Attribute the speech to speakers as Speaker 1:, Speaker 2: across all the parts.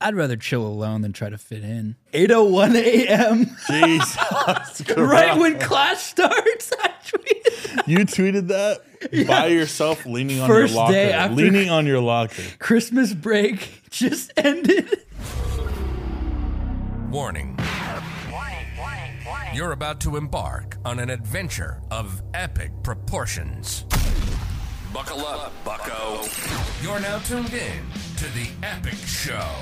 Speaker 1: I'd rather chill alone than try to fit in. 8:01 a.m.
Speaker 2: Jesus Christ.
Speaker 1: right when class starts. I tweeted.
Speaker 2: you tweeted that by yourself leaning on
Speaker 1: First
Speaker 2: your locker.
Speaker 1: day after-
Speaker 2: leaning on your locker.
Speaker 1: Christmas break just ended.
Speaker 3: Warning.
Speaker 4: Warning, warning, warning.
Speaker 3: You're about to embark on an adventure of epic proportions. Buckle up, bucko. You're now tuned in to The Epic Show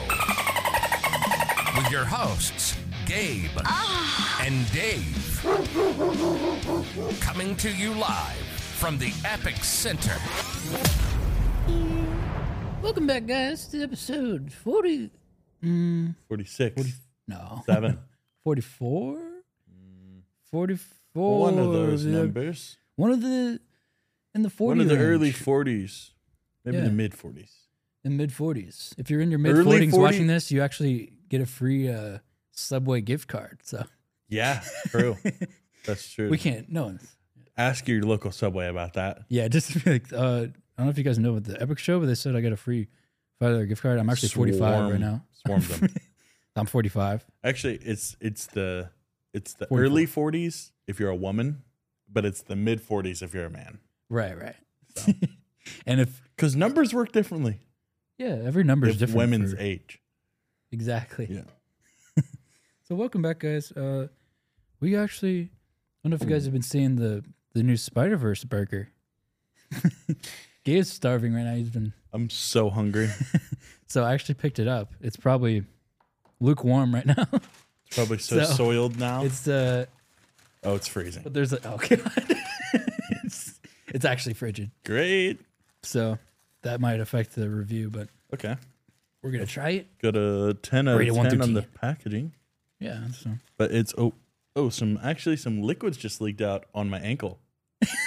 Speaker 3: with your hosts, Gabe and Dave. Coming to you live from the Epic Center.
Speaker 1: Welcome back, guys, to episode 40.
Speaker 2: 46.
Speaker 1: No,
Speaker 2: 7.
Speaker 1: 44. 44.
Speaker 2: One of those
Speaker 1: the-
Speaker 2: numbers.
Speaker 1: One of the in the 40s.
Speaker 2: One of the early 40s. Maybe
Speaker 1: Yeah.
Speaker 2: the mid 40s.
Speaker 1: the mid 40s. If you're in your mid
Speaker 2: Early
Speaker 1: 40s
Speaker 2: 40
Speaker 1: watching this, you actually get a free uh, Subway gift card. So
Speaker 2: Yeah, true. That's true.
Speaker 1: we can't. No one's.
Speaker 2: Ask your local subway about that.
Speaker 1: Yeah, just be like uh, I don't know if you guys know about the Epic Show, but they said I got a free five dollar gift card. I'm actually 45 right
Speaker 2: Swarm-
Speaker 1: now.
Speaker 2: Swarm them.
Speaker 1: I'm 45.
Speaker 2: Actually, it's it's the it's the
Speaker 1: 44.
Speaker 2: early 40s if you're a woman, but it's the mid 40s if you're a man.
Speaker 1: Right, right. and if
Speaker 2: Because numbers work differently.
Speaker 1: yeah, every number is
Speaker 2: If
Speaker 1: different.
Speaker 2: women's
Speaker 1: for-
Speaker 2: age.
Speaker 1: exactly.
Speaker 2: Yeah.
Speaker 1: So welcome back, guys. Uh, we actually I don't know if you guys have been seeing the the new Spider Verse burger. Gabe is starving right now. He's been
Speaker 2: I'm so hungry.
Speaker 1: So I actually picked it up. It's probably lukewarm right now.
Speaker 2: It's probably so,
Speaker 1: So,
Speaker 2: soiled now.
Speaker 1: it's uh
Speaker 2: oh, it's freezing.
Speaker 1: but there's a oh god. it's it's actually frigid.
Speaker 2: Great.
Speaker 1: So that might affect the review, but
Speaker 2: Okay.
Speaker 1: we're gonna try it.
Speaker 2: Got a 10 out
Speaker 1: Rate it
Speaker 2: of
Speaker 1: one
Speaker 2: 10
Speaker 1: through
Speaker 2: on the
Speaker 1: 10.
Speaker 2: packaging,
Speaker 1: Yeah. So
Speaker 2: but it's oh oh some actually some liquids just leaked out on my ankle.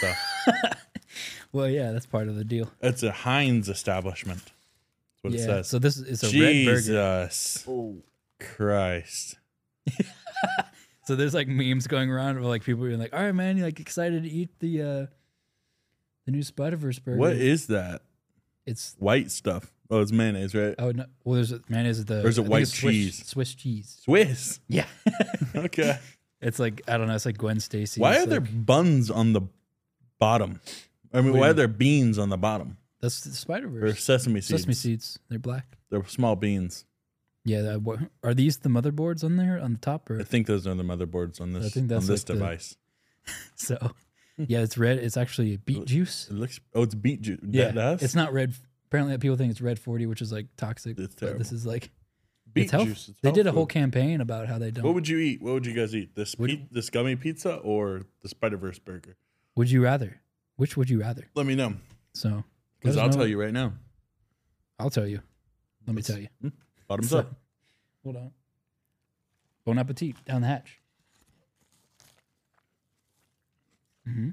Speaker 2: So
Speaker 1: well yeah, that's part of the deal.
Speaker 2: it's a Heinz establishment. That's what
Speaker 1: yeah.
Speaker 2: it says.
Speaker 1: So this is it's a red burger.
Speaker 2: Jesus Christ.
Speaker 1: So there's like memes going around of like people being like, All right man, you like excited to eat the uh the new Spider Verse burger.
Speaker 2: What is that?
Speaker 1: it's
Speaker 2: White stuff. Oh, it's mayonnaise, right?
Speaker 1: oh no well there's a man is it the
Speaker 2: There's a
Speaker 1: I think
Speaker 2: white
Speaker 1: it's Swiss-
Speaker 2: cheese.
Speaker 1: Swiss cheese.
Speaker 2: Swiss.
Speaker 1: Yeah.
Speaker 2: Okay.
Speaker 1: it's like I don't know, it's like Gwen Stacy.
Speaker 2: Why
Speaker 1: It's
Speaker 2: are there
Speaker 1: like-
Speaker 2: buns on the bottom? I mean,
Speaker 1: What do
Speaker 2: why
Speaker 1: you
Speaker 2: are there beans on the bottom?
Speaker 1: That's the Spider
Speaker 2: Or
Speaker 1: Verse.
Speaker 2: sesame seeds.
Speaker 1: Sesame seeds. They're black.
Speaker 2: They're small beans.
Speaker 1: Yeah. That, what, are these the motherboards on there on the top or
Speaker 2: I think those are the motherboards on this
Speaker 1: I think that's
Speaker 2: on this
Speaker 1: like the-
Speaker 2: device.
Speaker 1: so? Yeah, it's red. It's actually beet juice.
Speaker 2: It looks oh, it's beet juice.
Speaker 1: Yeah,
Speaker 2: that, that's
Speaker 1: it's not red. Apparently, people think it's red forty, which is like toxic.
Speaker 2: It's
Speaker 1: but this
Speaker 2: terrible.
Speaker 1: is like
Speaker 2: beet
Speaker 1: it's health.
Speaker 2: juice. It's
Speaker 1: they
Speaker 2: health
Speaker 1: did a whole
Speaker 2: food.
Speaker 1: campaign about how they don't.
Speaker 2: What
Speaker 1: Would,
Speaker 2: would you eat? What would you guys eat? This
Speaker 1: Would-
Speaker 2: pe- this gummy pizza or the Spider Verse burger?
Speaker 1: you rather? Which would you rather?
Speaker 2: Let me know
Speaker 1: So let
Speaker 2: because
Speaker 1: us
Speaker 2: I'll
Speaker 1: know.
Speaker 2: tell you right now.
Speaker 1: I'll tell you. Let me
Speaker 2: Let's- hmm?
Speaker 1: tell you.
Speaker 2: Bottoms
Speaker 1: So-
Speaker 2: up.
Speaker 1: Hold on. Bon appetit down the hatch. hmm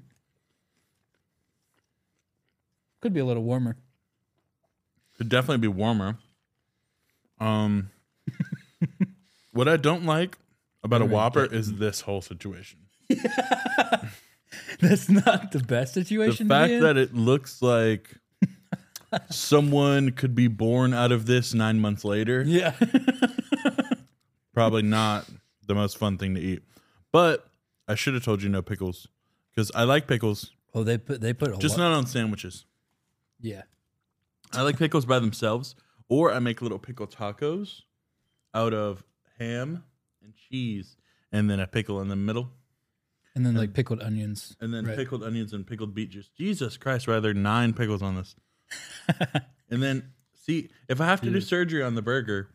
Speaker 1: Could be a little warmer.
Speaker 2: Could definitely be warmer. Um, what I don't like about a Whopper is this whole situation.
Speaker 1: That's not the best
Speaker 2: The
Speaker 1: situation. to be
Speaker 2: fact
Speaker 1: in.
Speaker 2: that it looks like someone could be born out of this nine months later.
Speaker 1: yeah,
Speaker 2: probably not the most fun thing to eat. But I should have told you no pickles because I like pickles,
Speaker 1: oh they put they put a
Speaker 2: just
Speaker 1: lot-
Speaker 2: not on sandwiches.
Speaker 1: yeah
Speaker 2: I like pickles by themselves, or I make little pickle tacos out of ham and cheese, and then a pickle in the middle,
Speaker 1: and then
Speaker 2: Mm.
Speaker 1: like pickled onions
Speaker 2: and then
Speaker 1: Right.
Speaker 2: pickled onions and pickled beet juice. Jesus Christ, rather nine pickles on this. and then see if I have to do surgery on the burger,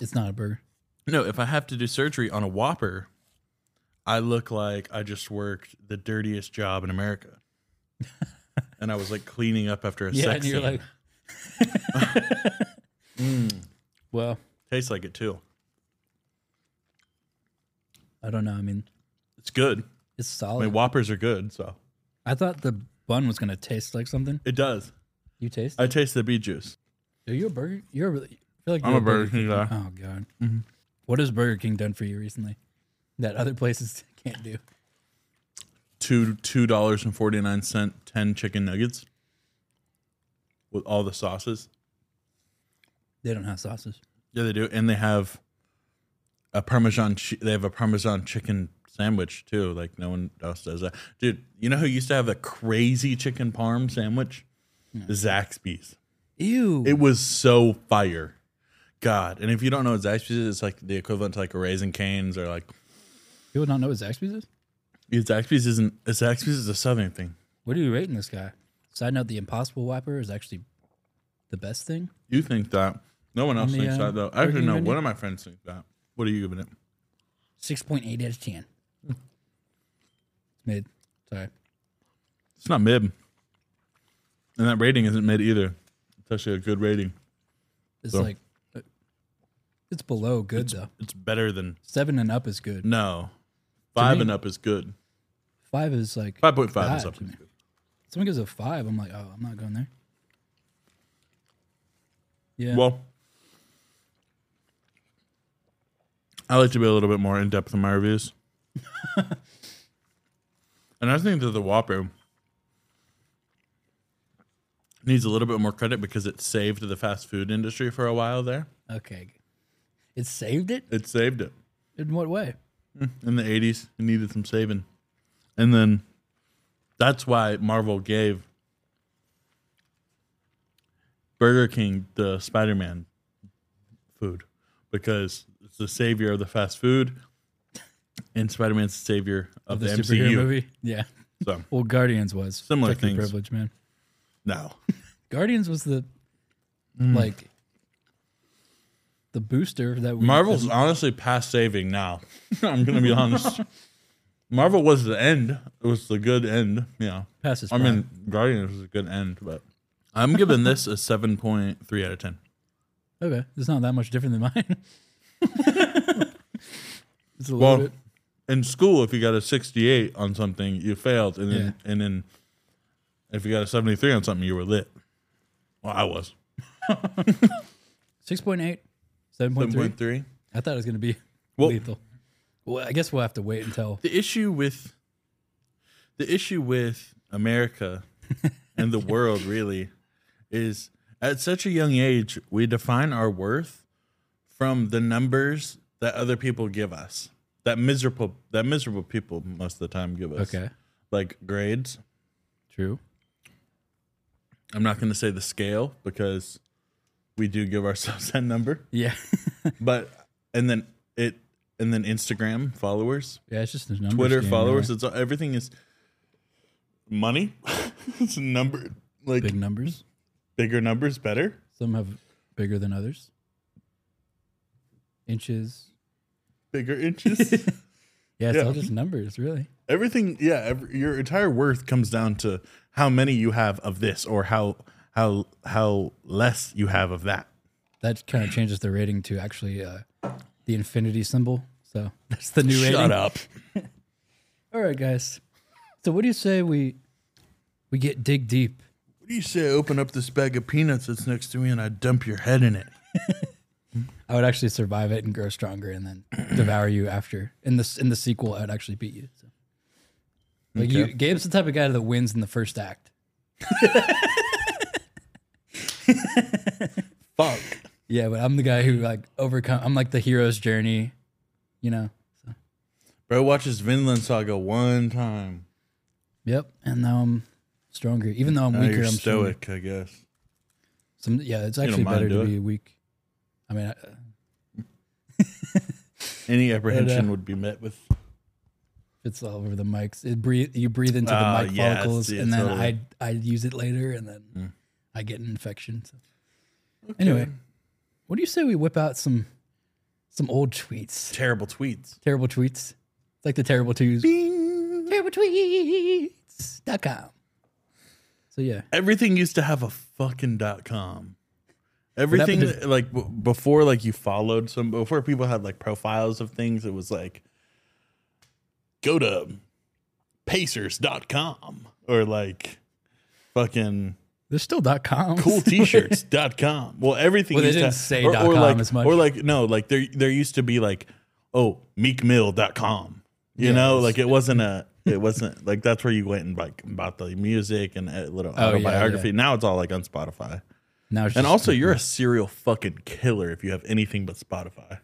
Speaker 1: It's not a burger.
Speaker 2: No, if I have to do surgery on a Whopper, I look like I just worked the dirtiest job in America. and I was like cleaning up after a
Speaker 1: Yeah, and
Speaker 2: sex
Speaker 1: you're
Speaker 2: scene.
Speaker 1: like,
Speaker 2: Mm.
Speaker 1: well,
Speaker 2: Tastes like it too.
Speaker 1: I don't know. I mean,
Speaker 2: It's good.
Speaker 1: it's
Speaker 2: I
Speaker 1: solid.
Speaker 2: mean, Whoppers are good, so
Speaker 1: I thought the bun was gonna taste like something.
Speaker 2: it does.
Speaker 1: You taste?
Speaker 2: I taste the beet juice.
Speaker 1: Are you a burger? You're a really. I feel like
Speaker 2: I'm
Speaker 1: you're
Speaker 2: a Burger King guy. Mm-hmm.
Speaker 1: Oh god. What has Burger King done for you recently that other places can't do?
Speaker 2: Two two dollars and forty nine cent ten chicken nuggets with all the sauces.
Speaker 1: They don't have sauces.
Speaker 2: Yeah, they do, and they have a parmesan. Chi- they have a parmesan chicken sandwich too. Like no one else does that, dude. You know who used to have a crazy chicken parm sandwich? Zaxby's.
Speaker 1: Ew.
Speaker 2: It was so fire, God. And if you don't know what Zaxby's is, it's like the equivalent to like a raisin canes or like
Speaker 1: People don't know what Zaxby's is?
Speaker 2: Yeah, Zaxby's isn't. Zaxby's is a southern thing.
Speaker 1: What are you rating this guy? Side note, the Impossible Whopper is actually the best thing.
Speaker 2: You think that? No one else
Speaker 1: the,
Speaker 2: thinks
Speaker 1: uh,
Speaker 2: that though. I actually
Speaker 1: working
Speaker 2: know
Speaker 1: menu?
Speaker 2: one of my friends thinks that. What are you giving it?
Speaker 1: 6.8 out of 10. It's mid. Sorry.
Speaker 2: It's not mid, and that rating isn't mid either. It's actually a good rating.
Speaker 1: It's
Speaker 2: So-
Speaker 1: like, uh, it's below good though.
Speaker 2: It's better than
Speaker 1: Seven and up is good.
Speaker 2: no. Five
Speaker 1: me-
Speaker 2: and up is good.
Speaker 1: Five is like,
Speaker 2: Five point five is
Speaker 1: Five
Speaker 2: up.
Speaker 1: to
Speaker 2: is
Speaker 1: me.
Speaker 2: good.
Speaker 1: someone gives a five. I'm like, oh, I'm not going there. Yeah.
Speaker 2: Well, I like to be a little bit more in depth in my reviews, and I think that the Whopper needs a little bit more credit because it saved the fast food industry for a while. There,
Speaker 1: okay. It saved it?
Speaker 2: it saved it.
Speaker 1: In what way?
Speaker 2: in the 80s it needed some saving and then that's why marvel gave burger king the spider-man food because it's the savior of the fast food and spider-man's the savior of, the,
Speaker 1: superhero
Speaker 2: mcu
Speaker 1: movie? Yeah.
Speaker 2: so
Speaker 1: Well, Guardians was.
Speaker 2: Similar
Speaker 1: Fuck your
Speaker 2: things.
Speaker 1: privilege, man.
Speaker 2: no
Speaker 1: Guardians was the like the booster that we
Speaker 2: marvel's honestly past saving now i'm gonna be honest marvel was the end it was the good end yeah
Speaker 1: passes.
Speaker 2: I mean, Guardians was a good end, but I'm giving this a 7.3 out of 10.
Speaker 1: okay, it's not that much different than mine. it's a little
Speaker 2: Well,
Speaker 1: bit.
Speaker 2: in school, if you got a 68 on something, you failed, and then
Speaker 1: Yeah.
Speaker 2: and then if you got a 73 on something, you were lit. Well, I was
Speaker 1: 6.8, 7.3.
Speaker 2: 7.3.
Speaker 1: I thought it was going to be
Speaker 2: Well-
Speaker 1: lethal. Well, I guess we'll have to wait until
Speaker 2: The issue with the issue with America and the world really is at such a young age we define our worth from the numbers that other people give us. That miserable that miserable people most of the time give us.
Speaker 1: okay.
Speaker 2: Like grades.
Speaker 1: True.
Speaker 2: I'm not gonna say the scale because we do give ourselves that number.
Speaker 1: Yeah.
Speaker 2: But and then it and then Instagram followers.
Speaker 1: yeah, it's just the numbers
Speaker 2: Twitter
Speaker 1: game,
Speaker 2: followers.
Speaker 1: really.
Speaker 2: It's everything is money. it's number like
Speaker 1: big numbers.
Speaker 2: bigger numbers better.
Speaker 1: Some have bigger than others. Inches.
Speaker 2: Bigger inches.
Speaker 1: Yeah, it's
Speaker 2: Yeah.
Speaker 1: all just numbers, really.
Speaker 2: everything. Yeah, every, your entire worth comes down to how many you have of this, or how how how less you have of that.
Speaker 1: That kind of changes the rating to actually uh, the infinity symbol. So that's the new rating.
Speaker 2: up.
Speaker 1: All right, guys. So what do you say we we get dig deep?
Speaker 2: What do you say? I open up this bag of peanuts that's next to me, and I dump your head in it.
Speaker 1: I would actually survive it and grow stronger, and then devour you after. In this in the sequel, I'd actually beat you. So. Like you,
Speaker 2: Okay.
Speaker 1: Gabe's the type of guy that wins in the first act.
Speaker 2: Fuck.
Speaker 1: Yeah, but I'm the guy who like overcome. I'm like the hero's journey, you know.
Speaker 2: Bro watches Vinland Saga one time.
Speaker 1: Yep. And now I'm stronger, even though I'm
Speaker 2: Now
Speaker 1: weaker.
Speaker 2: you're
Speaker 1: I'm stronger.
Speaker 2: stoic, I guess.
Speaker 1: Some yeah, it's
Speaker 2: don't
Speaker 1: actually
Speaker 2: mind,
Speaker 1: better
Speaker 2: do
Speaker 1: to
Speaker 2: it.
Speaker 1: be weak. I mean, I,
Speaker 2: Any apprehension would be met with
Speaker 1: it's all over the mics. It breathe. You breathe into the
Speaker 2: Ah,
Speaker 1: mic
Speaker 2: yeah, Hmm.
Speaker 1: follicles,
Speaker 2: it's-
Speaker 1: and
Speaker 2: it's
Speaker 1: then
Speaker 2: all-
Speaker 1: I I use it later, and then I get an infection. So. Anyway, what do you say we whip out some some old tweets?
Speaker 2: terrible tweets.
Speaker 1: Terrible tweets, It's like the terrible twos. Terrible tweets.com. So yeah,
Speaker 2: Everything used to have a fucking dot com. Everything
Speaker 1: happened
Speaker 2: that- like b- before, like you followed some before people had like profiles of things. It was like go to pacers.com or like fucking
Speaker 1: there's still dot com.
Speaker 2: cool t-shirts.com. Well, everything
Speaker 1: Well, they
Speaker 2: used
Speaker 1: didn't
Speaker 2: to,
Speaker 1: say
Speaker 2: or,
Speaker 1: dot
Speaker 2: or
Speaker 1: com
Speaker 2: like,
Speaker 1: as much.
Speaker 2: Or like no, like there there used to be like oh, meekmill.com. You
Speaker 1: Yeah,
Speaker 2: know,
Speaker 1: it's-
Speaker 2: like it wasn't a it wasn't like that's where you went and like bought the music and a little
Speaker 1: Oh, yeah,
Speaker 2: autobiography. Now it's all like on Spotify.
Speaker 1: Now it's
Speaker 2: And
Speaker 1: just-
Speaker 2: also, you're a serial fucking killer if you have anything but Spotify.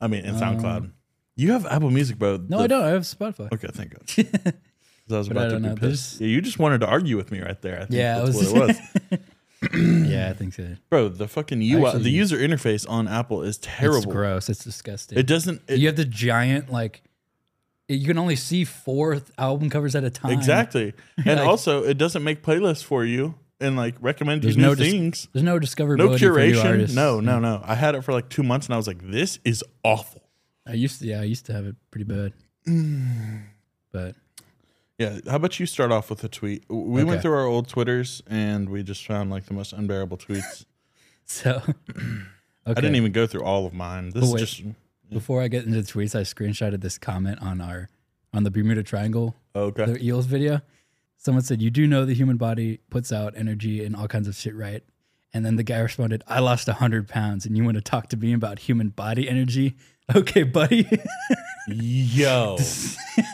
Speaker 2: I mean, and SoundCloud. You have Apple Music, bro.
Speaker 1: Um, no,
Speaker 2: The-
Speaker 1: I don't. I have Spotify.
Speaker 2: Okay, thank God. 'Cause I was
Speaker 1: But
Speaker 2: about
Speaker 1: I
Speaker 2: to
Speaker 1: don't
Speaker 2: be
Speaker 1: know,
Speaker 2: pissed.
Speaker 1: there's-
Speaker 2: Yeah, you just wanted to argue with me right there. I think
Speaker 1: Yeah, I
Speaker 2: that's
Speaker 1: was-
Speaker 2: what it was.
Speaker 1: yeah, I think so.
Speaker 2: Bro, the fucking UI, the
Speaker 1: Actually-
Speaker 2: user interface on Apple is
Speaker 1: It's
Speaker 2: terrible.
Speaker 1: gross. It's disgusting.
Speaker 2: It doesn't. It,
Speaker 1: you have the giant like. You can only see four th- album covers at a time.
Speaker 2: Exactly. And
Speaker 1: Like-
Speaker 2: also, it doesn't make playlists for you and like recommend you
Speaker 1: There's
Speaker 2: new
Speaker 1: no dis-
Speaker 2: things.
Speaker 1: There's no discoverability.
Speaker 2: no
Speaker 1: for new
Speaker 2: curation.
Speaker 1: artists.
Speaker 2: No, no, no. I had it for like two months and I was like, this is awful.
Speaker 1: I used to. Yeah, I used to have it pretty bad.
Speaker 2: Mm.
Speaker 1: but
Speaker 2: Yeah. How about you start off with a tweet? W- We went
Speaker 1: Okay.
Speaker 2: through our old Twitters and we just found like the most unbearable tweets.
Speaker 1: so. okay.
Speaker 2: I didn't even go through all of mine. This
Speaker 1: But
Speaker 2: is
Speaker 1: Oh, wait.
Speaker 2: just
Speaker 1: Before I get into the tweets, I screenshotted this comment on our on the Bermuda Triangle
Speaker 2: okay.
Speaker 1: the eels video. Someone said, "You do know the human body puts out energy and all kinds of shit, right?" And then the guy responded, "I lost hundred pounds, and you want to talk to me about human body energy? Okay, buddy."
Speaker 2: Yo.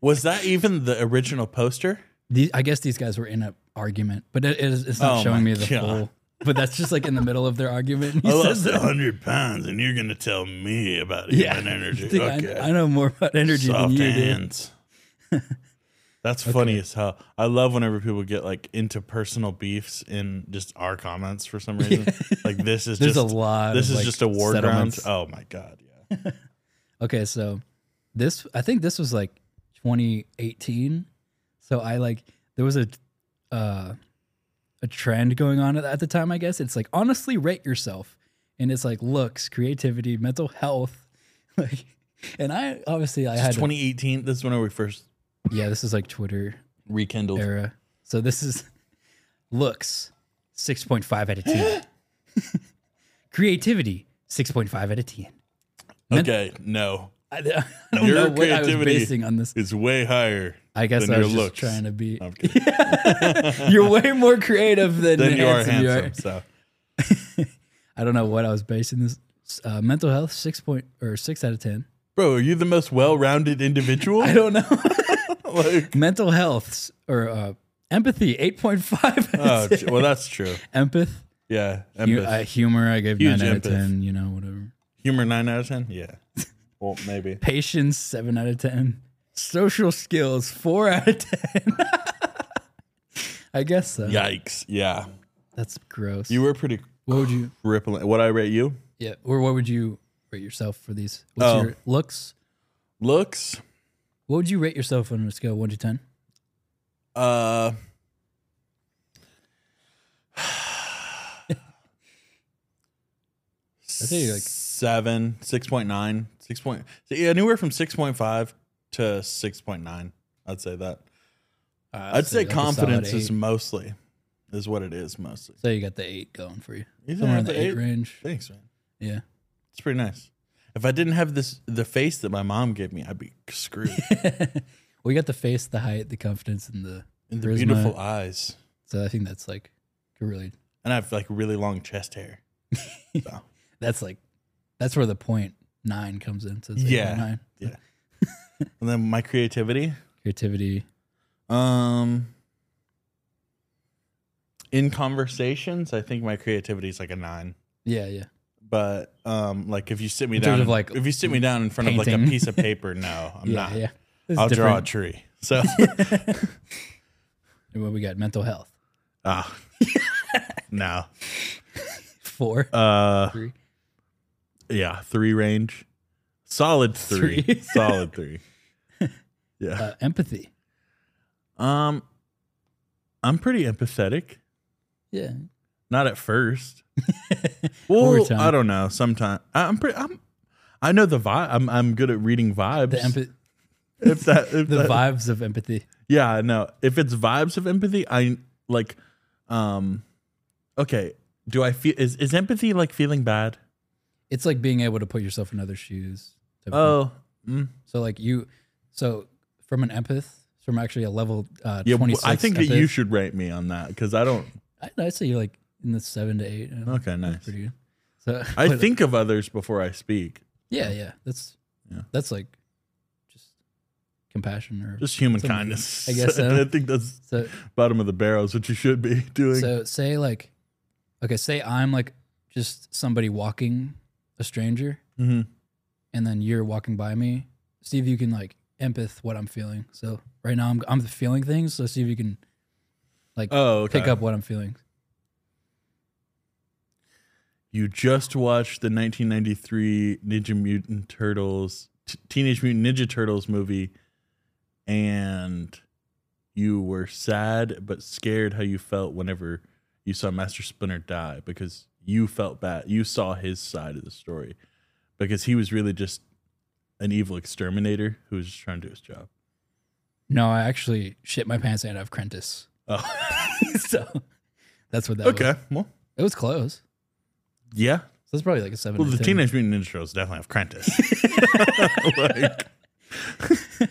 Speaker 2: was that even the original poster?
Speaker 1: The- I guess these guys were in an argument, but it is, it's not
Speaker 2: Oh
Speaker 1: showing
Speaker 2: my
Speaker 1: me the
Speaker 2: God. Oh,
Speaker 1: full. But that's just like in the middle of their argument. and He
Speaker 2: I
Speaker 1: says
Speaker 2: lost
Speaker 1: that.
Speaker 2: 100 pounds and you're going to tell me about
Speaker 1: Yeah.
Speaker 2: human energy.
Speaker 1: Dude, I-
Speaker 2: okay.
Speaker 1: I, know more about energy
Speaker 2: Soft
Speaker 1: than you do.
Speaker 2: hands. That's funny as hell. I love whenever people get like into personal beefs in just our comments for some reason. Like this is
Speaker 1: There's
Speaker 2: just
Speaker 1: a lot
Speaker 2: This
Speaker 1: of,
Speaker 2: is
Speaker 1: like,
Speaker 2: just a war ground.
Speaker 1: settlements.
Speaker 2: Oh my god. Yeah.
Speaker 1: Okay, so this I think this was like 2018. So I like there was a uh, a trend going on at- at the time. I guess it's like honestly rate yourself, and it's like looks, creativity, mental health, like. And I obviously I had
Speaker 2: 2018. This is when we first
Speaker 1: yeah. This is like Twitter
Speaker 2: rekindled.
Speaker 1: era. So this is looks 6.5 out of 10. Creativity 6.5 out of 10.
Speaker 2: Okay. No,
Speaker 1: I, I don't
Speaker 2: Your
Speaker 1: know what I was
Speaker 2: creativity
Speaker 1: basing on this.
Speaker 2: it's way higher.
Speaker 1: I guess
Speaker 2: than
Speaker 1: I
Speaker 2: your
Speaker 1: was just
Speaker 2: looks.
Speaker 1: trying to be.
Speaker 2: I'm kidding.
Speaker 1: You're way more creative than,
Speaker 2: Then you are
Speaker 1: handsome you are.
Speaker 2: handsome. So
Speaker 1: I don't know what I was basing this. Uh, mental health six point or six out of ten.
Speaker 2: bro, are you the most well-rounded individual?
Speaker 1: I don't know.
Speaker 2: like.
Speaker 1: mental health s- or uh, empathy eight point five.
Speaker 2: Oh, j- well, that's true.
Speaker 1: empath.
Speaker 2: Yeah.
Speaker 1: Hu-
Speaker 2: empath.
Speaker 1: uh, humor. I gave
Speaker 2: Huge
Speaker 1: nine out
Speaker 2: empath.
Speaker 1: of ten. You know whatever.
Speaker 2: Humor nine out of ten. Yeah. Well, maybe.
Speaker 1: Patience, seven out of ten. Social skills, four out of ten. I guess so.
Speaker 2: Yikes. Yeah.
Speaker 1: That's gross.
Speaker 2: You were pretty
Speaker 1: what would you?
Speaker 2: crippling. What I rate you?
Speaker 1: Yeah, or what would you rate yourself for these? What's
Speaker 2: Oh.
Speaker 1: your looks?
Speaker 2: Looks.
Speaker 1: What would you rate yourself on a scale of one to ten?
Speaker 2: Uh.
Speaker 1: say you're like-
Speaker 2: seven, six point nine, six point yeah, anywhere from six point five to six point nine. I'd say that. Uh, I'd, say,
Speaker 1: like a solid
Speaker 2: confidence is
Speaker 1: eight.
Speaker 2: mostly is what it is mostly.
Speaker 1: So you got the eight going for you,
Speaker 2: You think I
Speaker 1: somewhere in
Speaker 2: have
Speaker 1: the
Speaker 2: the
Speaker 1: eight,
Speaker 2: eight?
Speaker 1: range.
Speaker 2: Thanks, man.
Speaker 1: Yeah,
Speaker 2: It's pretty nice. If I didn't have this the face that my mom gave me, I'd be screwed.
Speaker 1: we got the face, the height, the confidence, and the
Speaker 2: and the
Speaker 1: charisma.
Speaker 2: beautiful eyes.
Speaker 1: So I think that's like really
Speaker 2: And I have like really long chest hair. So,
Speaker 1: that's like that's where the point nine comes in. So it's like
Speaker 2: Yeah.
Speaker 1: nine.
Speaker 2: yeah. and then my creativity.
Speaker 1: creativity.
Speaker 2: Um in conversations, I think my creativity is like a nine.
Speaker 1: Yeah, yeah.
Speaker 2: But um like if you sit me
Speaker 1: In terms
Speaker 2: down
Speaker 1: of, like,
Speaker 2: if you sit me down in front of like a
Speaker 1: painting.
Speaker 2: piece of paper, no, I'm
Speaker 1: yeah,
Speaker 2: not.
Speaker 1: yeah. This is
Speaker 2: I'll draw a
Speaker 1: different.
Speaker 2: tree. So
Speaker 1: And what we got? Mental health
Speaker 2: ah, no.
Speaker 1: four,
Speaker 2: Uh
Speaker 1: three.
Speaker 2: yeah, three range. Solid three.
Speaker 1: Three.
Speaker 2: Solid three. Yeah.
Speaker 1: Uh, empathy.
Speaker 2: Um I'm pretty empathetic.
Speaker 1: Yeah,
Speaker 2: Not at first.
Speaker 1: Over
Speaker 2: well,
Speaker 1: time.
Speaker 2: I don't know. Sometimes I'm pretty. I'm. I know the vibe. I'm. I'm good at reading vibes.
Speaker 1: the empath-
Speaker 2: if that. If
Speaker 1: the
Speaker 2: that-
Speaker 1: vibes of empathy.
Speaker 2: Yeah. I know. If it's vibes of empathy, I like. Um. Okay. Do I feel is is empathy like feeling bad?
Speaker 1: It's like being able to put yourself in other shoes. type of
Speaker 2: Oh. Mm,
Speaker 1: thing. so like you, so from an empath, from actually a level uh,
Speaker 2: yeah.
Speaker 1: twenty
Speaker 2: w-
Speaker 1: six.
Speaker 2: I think that you should rate me on that because I don't.
Speaker 1: I, I'd say you're like in the seven to eight. you know,
Speaker 2: Okay. Nice.
Speaker 1: Pretty good. So
Speaker 2: I
Speaker 1: but,
Speaker 2: think of others before I speak.
Speaker 1: yeah, yeah, that's
Speaker 2: Yeah.
Speaker 1: that's like just compassion or
Speaker 2: Just human
Speaker 1: Some-
Speaker 2: kindness.
Speaker 1: I guess so.
Speaker 2: I think that's
Speaker 1: so.
Speaker 2: bottom of the barrel is what you should be doing.
Speaker 1: So say like okay, say I'm like just somebody walking a stranger,
Speaker 2: Mhm.
Speaker 1: and then you're walking by me. See if you can like empath what I'm feeling. So right now I'm I'm feeling things. So see if you can like
Speaker 2: Oh, okay.
Speaker 1: pick up what I'm feeling.
Speaker 2: You just watched the 1993 Ninja Mutant Turtles, t- Teenage Mutant Ninja Turtles movie, and you were sad but scared how you felt whenever you saw Master Splinter die because you felt bad. You saw his side of the story because he was really just an evil exterminator who was just trying to do his job.
Speaker 1: No, I actually shit my pants and I have Crentis.
Speaker 2: Oh,
Speaker 1: so that's what that was.
Speaker 2: okay. Well,
Speaker 1: It was close.
Speaker 2: yeah.
Speaker 1: So it's probably like a seven.
Speaker 2: Well,
Speaker 1: out
Speaker 2: the
Speaker 1: of 10.
Speaker 2: Teenage Mutant Ninja Turtles definitely have Krentis. like,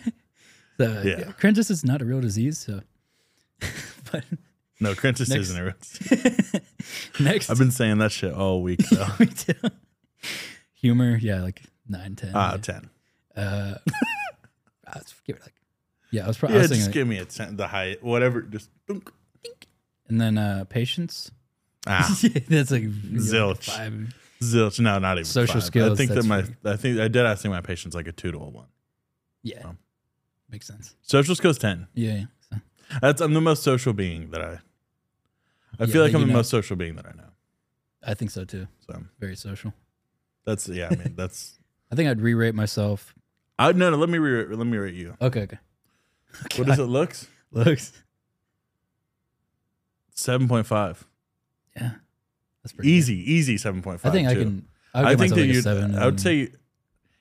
Speaker 1: So,
Speaker 2: Yeah.
Speaker 1: yeah. Crentis is not a real disease. So, but
Speaker 2: no, Krentis
Speaker 1: Next.
Speaker 2: isn't a real.
Speaker 1: next,
Speaker 2: I've been saying that shit all week though.
Speaker 1: we do humor. Yeah, like nine, ten.
Speaker 2: Ah,
Speaker 1: yeah.
Speaker 2: ten.
Speaker 1: Uh, I was- give it like, yeah, I was probably
Speaker 2: Yeah,
Speaker 1: was
Speaker 2: just
Speaker 1: thinking, like-
Speaker 2: give me a ten. The height, whatever. Just boonk.
Speaker 1: and then uh, patience.
Speaker 2: ah,
Speaker 1: Yeah, that's like yeah,
Speaker 2: Zilch.
Speaker 1: five.
Speaker 2: zilch. No, not even
Speaker 1: Social
Speaker 2: five. I
Speaker 1: skills,
Speaker 2: think that
Speaker 1: that's
Speaker 2: my,
Speaker 1: fine.
Speaker 2: I think I did. I think my patient's like a two to a one.
Speaker 1: Yeah,
Speaker 2: Wow.
Speaker 1: makes sense.
Speaker 2: Social skills ten.
Speaker 1: Yeah, yeah. So,
Speaker 2: That's I'm the most social being that I. I
Speaker 1: Yeah,
Speaker 2: feel like
Speaker 1: that
Speaker 2: I'm
Speaker 1: you
Speaker 2: the
Speaker 1: know.
Speaker 2: most social being that I know.
Speaker 1: I think so too.
Speaker 2: So
Speaker 1: Very social.
Speaker 2: that's yeah. I mean that's.
Speaker 1: I think I'd re-rate myself.
Speaker 2: I no no. Let me re- let me rate you.
Speaker 1: Okay, okay.
Speaker 2: What does it looks?
Speaker 1: Looks.
Speaker 2: Seven point five.
Speaker 1: Yeah, that's pretty good.
Speaker 2: Easy easy. Seven point five.
Speaker 1: I think I
Speaker 2: too.
Speaker 1: can.
Speaker 2: I
Speaker 1: I
Speaker 2: think that
Speaker 1: like
Speaker 2: you.
Speaker 1: a seven.
Speaker 2: I would
Speaker 1: and-
Speaker 2: say you,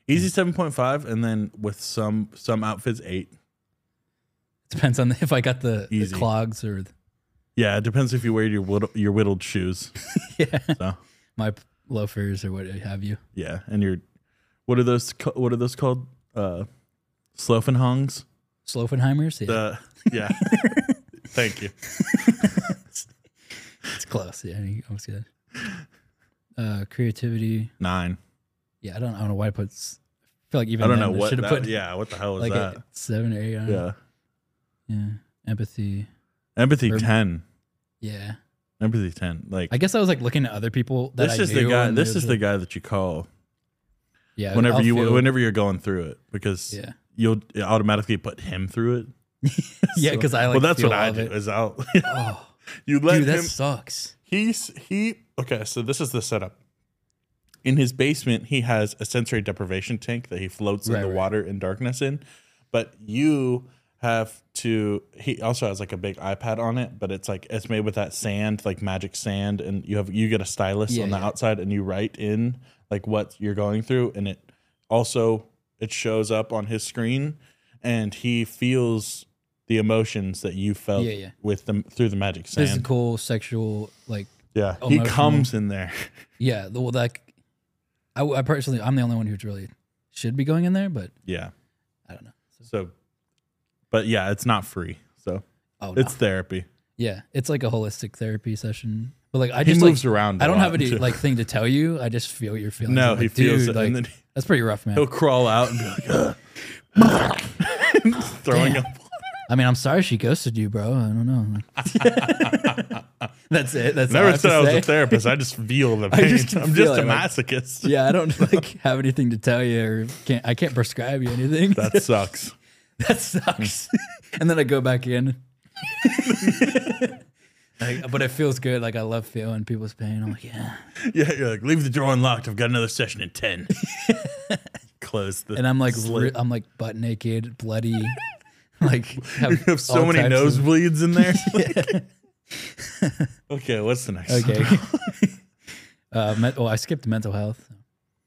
Speaker 2: easy seven point five, and then with some some outfits eight.
Speaker 1: depends on the, if I got the, the
Speaker 2: Easy.
Speaker 1: clogs or the,
Speaker 2: Yeah, it depends if you wear your whittle, your whittled shoes.
Speaker 1: yeah,
Speaker 2: So
Speaker 1: my p- loafers or what have you.
Speaker 2: yeah, and your what are those ca- what are those called? Uh, Slovenhongs.
Speaker 1: Slofenheimers. Yeah,
Speaker 2: The yeah. Thank you.
Speaker 1: it's close. Yeah, you almost get it. Uh, creativity.
Speaker 2: Nine.
Speaker 1: Yeah, I don't. I don't know why I put. s- I feel like even
Speaker 2: I don't
Speaker 1: then
Speaker 2: know
Speaker 1: I
Speaker 2: what.
Speaker 1: should have
Speaker 2: that-
Speaker 1: put.
Speaker 2: yeah, what the hell was
Speaker 1: like
Speaker 2: that?
Speaker 1: a uh, seven or eight. I don't know.
Speaker 2: yeah,
Speaker 1: yeah. Empathy.
Speaker 2: empathy
Speaker 1: Or-
Speaker 2: ten.
Speaker 1: Yeah.
Speaker 2: Empathy ten. Like
Speaker 1: I guess I was like looking at other people. That
Speaker 2: this
Speaker 1: I
Speaker 2: is the
Speaker 1: knew
Speaker 2: guy.
Speaker 1: and
Speaker 2: This
Speaker 1: it
Speaker 2: is
Speaker 1: was
Speaker 2: the
Speaker 1: like-
Speaker 2: guy that you call
Speaker 1: Yeah.
Speaker 2: whenever
Speaker 1: I'll
Speaker 2: you
Speaker 1: feel-
Speaker 2: whenever you're going through it because
Speaker 1: Yeah.
Speaker 2: you'll automatically put him through it.
Speaker 1: Yeah,
Speaker 2: So-
Speaker 1: because I like.
Speaker 2: well, that's
Speaker 1: feel
Speaker 2: what I
Speaker 1: all of
Speaker 2: do.
Speaker 1: it.
Speaker 2: Is I'll
Speaker 1: Oh,
Speaker 2: you let
Speaker 1: dude, that
Speaker 2: him
Speaker 1: sucks.
Speaker 2: He's he okay, so this is the setup. In his basement, he has a sensory deprivation tank that he floats in
Speaker 1: Right,
Speaker 2: the
Speaker 1: right.
Speaker 2: water and darkness in. But you have to he also has like a big iPad on it, but it's like it's made with that sand, like magic sand, and you have you get a stylus
Speaker 1: Yeah,
Speaker 2: on the
Speaker 1: yeah.
Speaker 2: outside and you write in like what you're going through and it also it shows up on his screen and he feels the emotions that you felt
Speaker 1: Yeah, yeah.
Speaker 2: with them through the magic sand.
Speaker 1: Physical, sexual, like
Speaker 2: Yeah. He
Speaker 1: Emotional.
Speaker 2: comes in there.
Speaker 1: Yeah, the- well, that I, I personally, I'm the only one who really should be going in there, but
Speaker 2: Yeah.
Speaker 1: I don't know. So-
Speaker 2: So, but yeah, it's not free. So
Speaker 1: oh, no.
Speaker 2: it's therapy.
Speaker 1: yeah, it's like a holistic therapy session. But like, I
Speaker 2: He
Speaker 1: just
Speaker 2: moves
Speaker 1: like,
Speaker 2: around. I
Speaker 1: I don't have any like thing to tell you. I just feel what you're feeling.
Speaker 2: No,
Speaker 1: I'm
Speaker 2: he
Speaker 1: like,
Speaker 2: feels
Speaker 1: dude,
Speaker 2: it,
Speaker 1: like,
Speaker 2: and then he- Oh.
Speaker 1: that's pretty rough, man.
Speaker 2: He'll crawl out and be like, "Ugh." throwing
Speaker 1: Damn.
Speaker 2: up.
Speaker 1: I mean, I'm sorry she ghosted you, bro. I don't know. that's it. That's all I
Speaker 2: Never
Speaker 1: have
Speaker 2: said
Speaker 1: to
Speaker 2: I was
Speaker 1: say.
Speaker 2: a therapist. I just feel the pain.
Speaker 1: just
Speaker 2: I'm
Speaker 1: feel
Speaker 2: just a
Speaker 1: it, like-
Speaker 2: masochist.
Speaker 1: Yeah, I don't like have anything to tell you, or can't I can't prescribe you anything.
Speaker 2: That sucks.
Speaker 1: that sucks. and then I go back in. Like, but it feels good. Like I love feeling people's pain. I'm like, yeah.
Speaker 2: Yeah, you're like, leave the door unlocked. I've got another session in ten. Close the.
Speaker 1: And I'm like, re- uh,
Speaker 2: slit.
Speaker 1: I'm like butt naked, bloody. Like have,
Speaker 2: you have so
Speaker 1: all
Speaker 2: many
Speaker 1: types of-
Speaker 2: nosebleeds in there. okay, what's the next? one?
Speaker 1: Okay. uh, men- oh, I skipped mental health.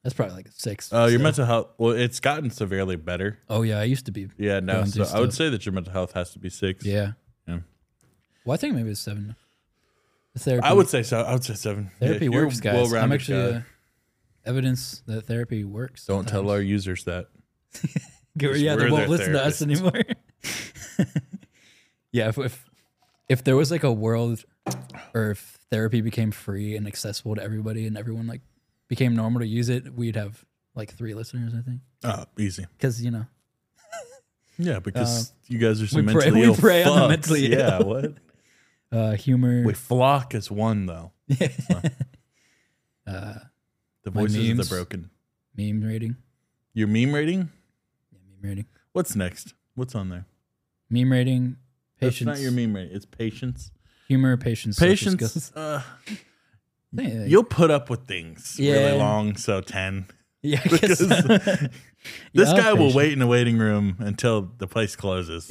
Speaker 1: That's probably like a six.
Speaker 2: Uh, your
Speaker 1: so-
Speaker 2: mental health. Well, it's gotten severely better.
Speaker 1: Oh yeah, I used to be.
Speaker 2: Yeah, no.
Speaker 1: Going
Speaker 2: So
Speaker 1: through
Speaker 2: I would
Speaker 1: stuff.
Speaker 2: say that your mental health has to be six.
Speaker 1: Yeah.
Speaker 2: Yeah.
Speaker 1: Well, I think maybe it's seven. The therapy.
Speaker 2: I would say so. I would say seven.
Speaker 1: therapy
Speaker 2: Yeah, you're
Speaker 1: works, guys. I'm
Speaker 2: well-rounded
Speaker 1: actually
Speaker 2: guy.
Speaker 1: uh, evidence that therapy works.
Speaker 2: Don't tell
Speaker 1: sometimes.
Speaker 2: our users that.
Speaker 1: Go-
Speaker 2: Because
Speaker 1: yeah, they
Speaker 2: we're
Speaker 1: won't
Speaker 2: their
Speaker 1: listen to us
Speaker 2: therapists.
Speaker 1: anymore. yeah, if, if if there was like a world, or if therapy became free and accessible to everybody, and everyone like became normal to use it, we'd have like three listeners, I think.
Speaker 2: Oh, easy.
Speaker 1: Because you know,
Speaker 2: Yeah, because you guys are some
Speaker 1: we pray- Um,
Speaker 2: mentally
Speaker 1: we
Speaker 2: ill
Speaker 1: pray on the
Speaker 2: fucks.
Speaker 1: mentally
Speaker 2: Yeah,
Speaker 1: ill.
Speaker 2: what?
Speaker 1: uh, humor.
Speaker 2: We flock as one though.
Speaker 1: uh,
Speaker 2: The
Speaker 1: My
Speaker 2: voices of the
Speaker 1: memes.
Speaker 2: broken.
Speaker 1: meme rating.
Speaker 2: Your meme rating?
Speaker 1: Yeah, meme rating.
Speaker 2: What's next? What's on there?
Speaker 1: Meme rating.
Speaker 2: That's
Speaker 1: Patience.
Speaker 2: not your meme rating. It's patience.
Speaker 1: Humor, patience. social skills.
Speaker 2: Patience. Uh,
Speaker 1: Yeah,
Speaker 2: you'll put up with things
Speaker 1: Yeah.
Speaker 2: really long. So ten.
Speaker 1: yeah, I guess.
Speaker 2: Because this
Speaker 1: Yeah,
Speaker 2: guy will
Speaker 1: patient.
Speaker 2: wait in the waiting room until the place closes.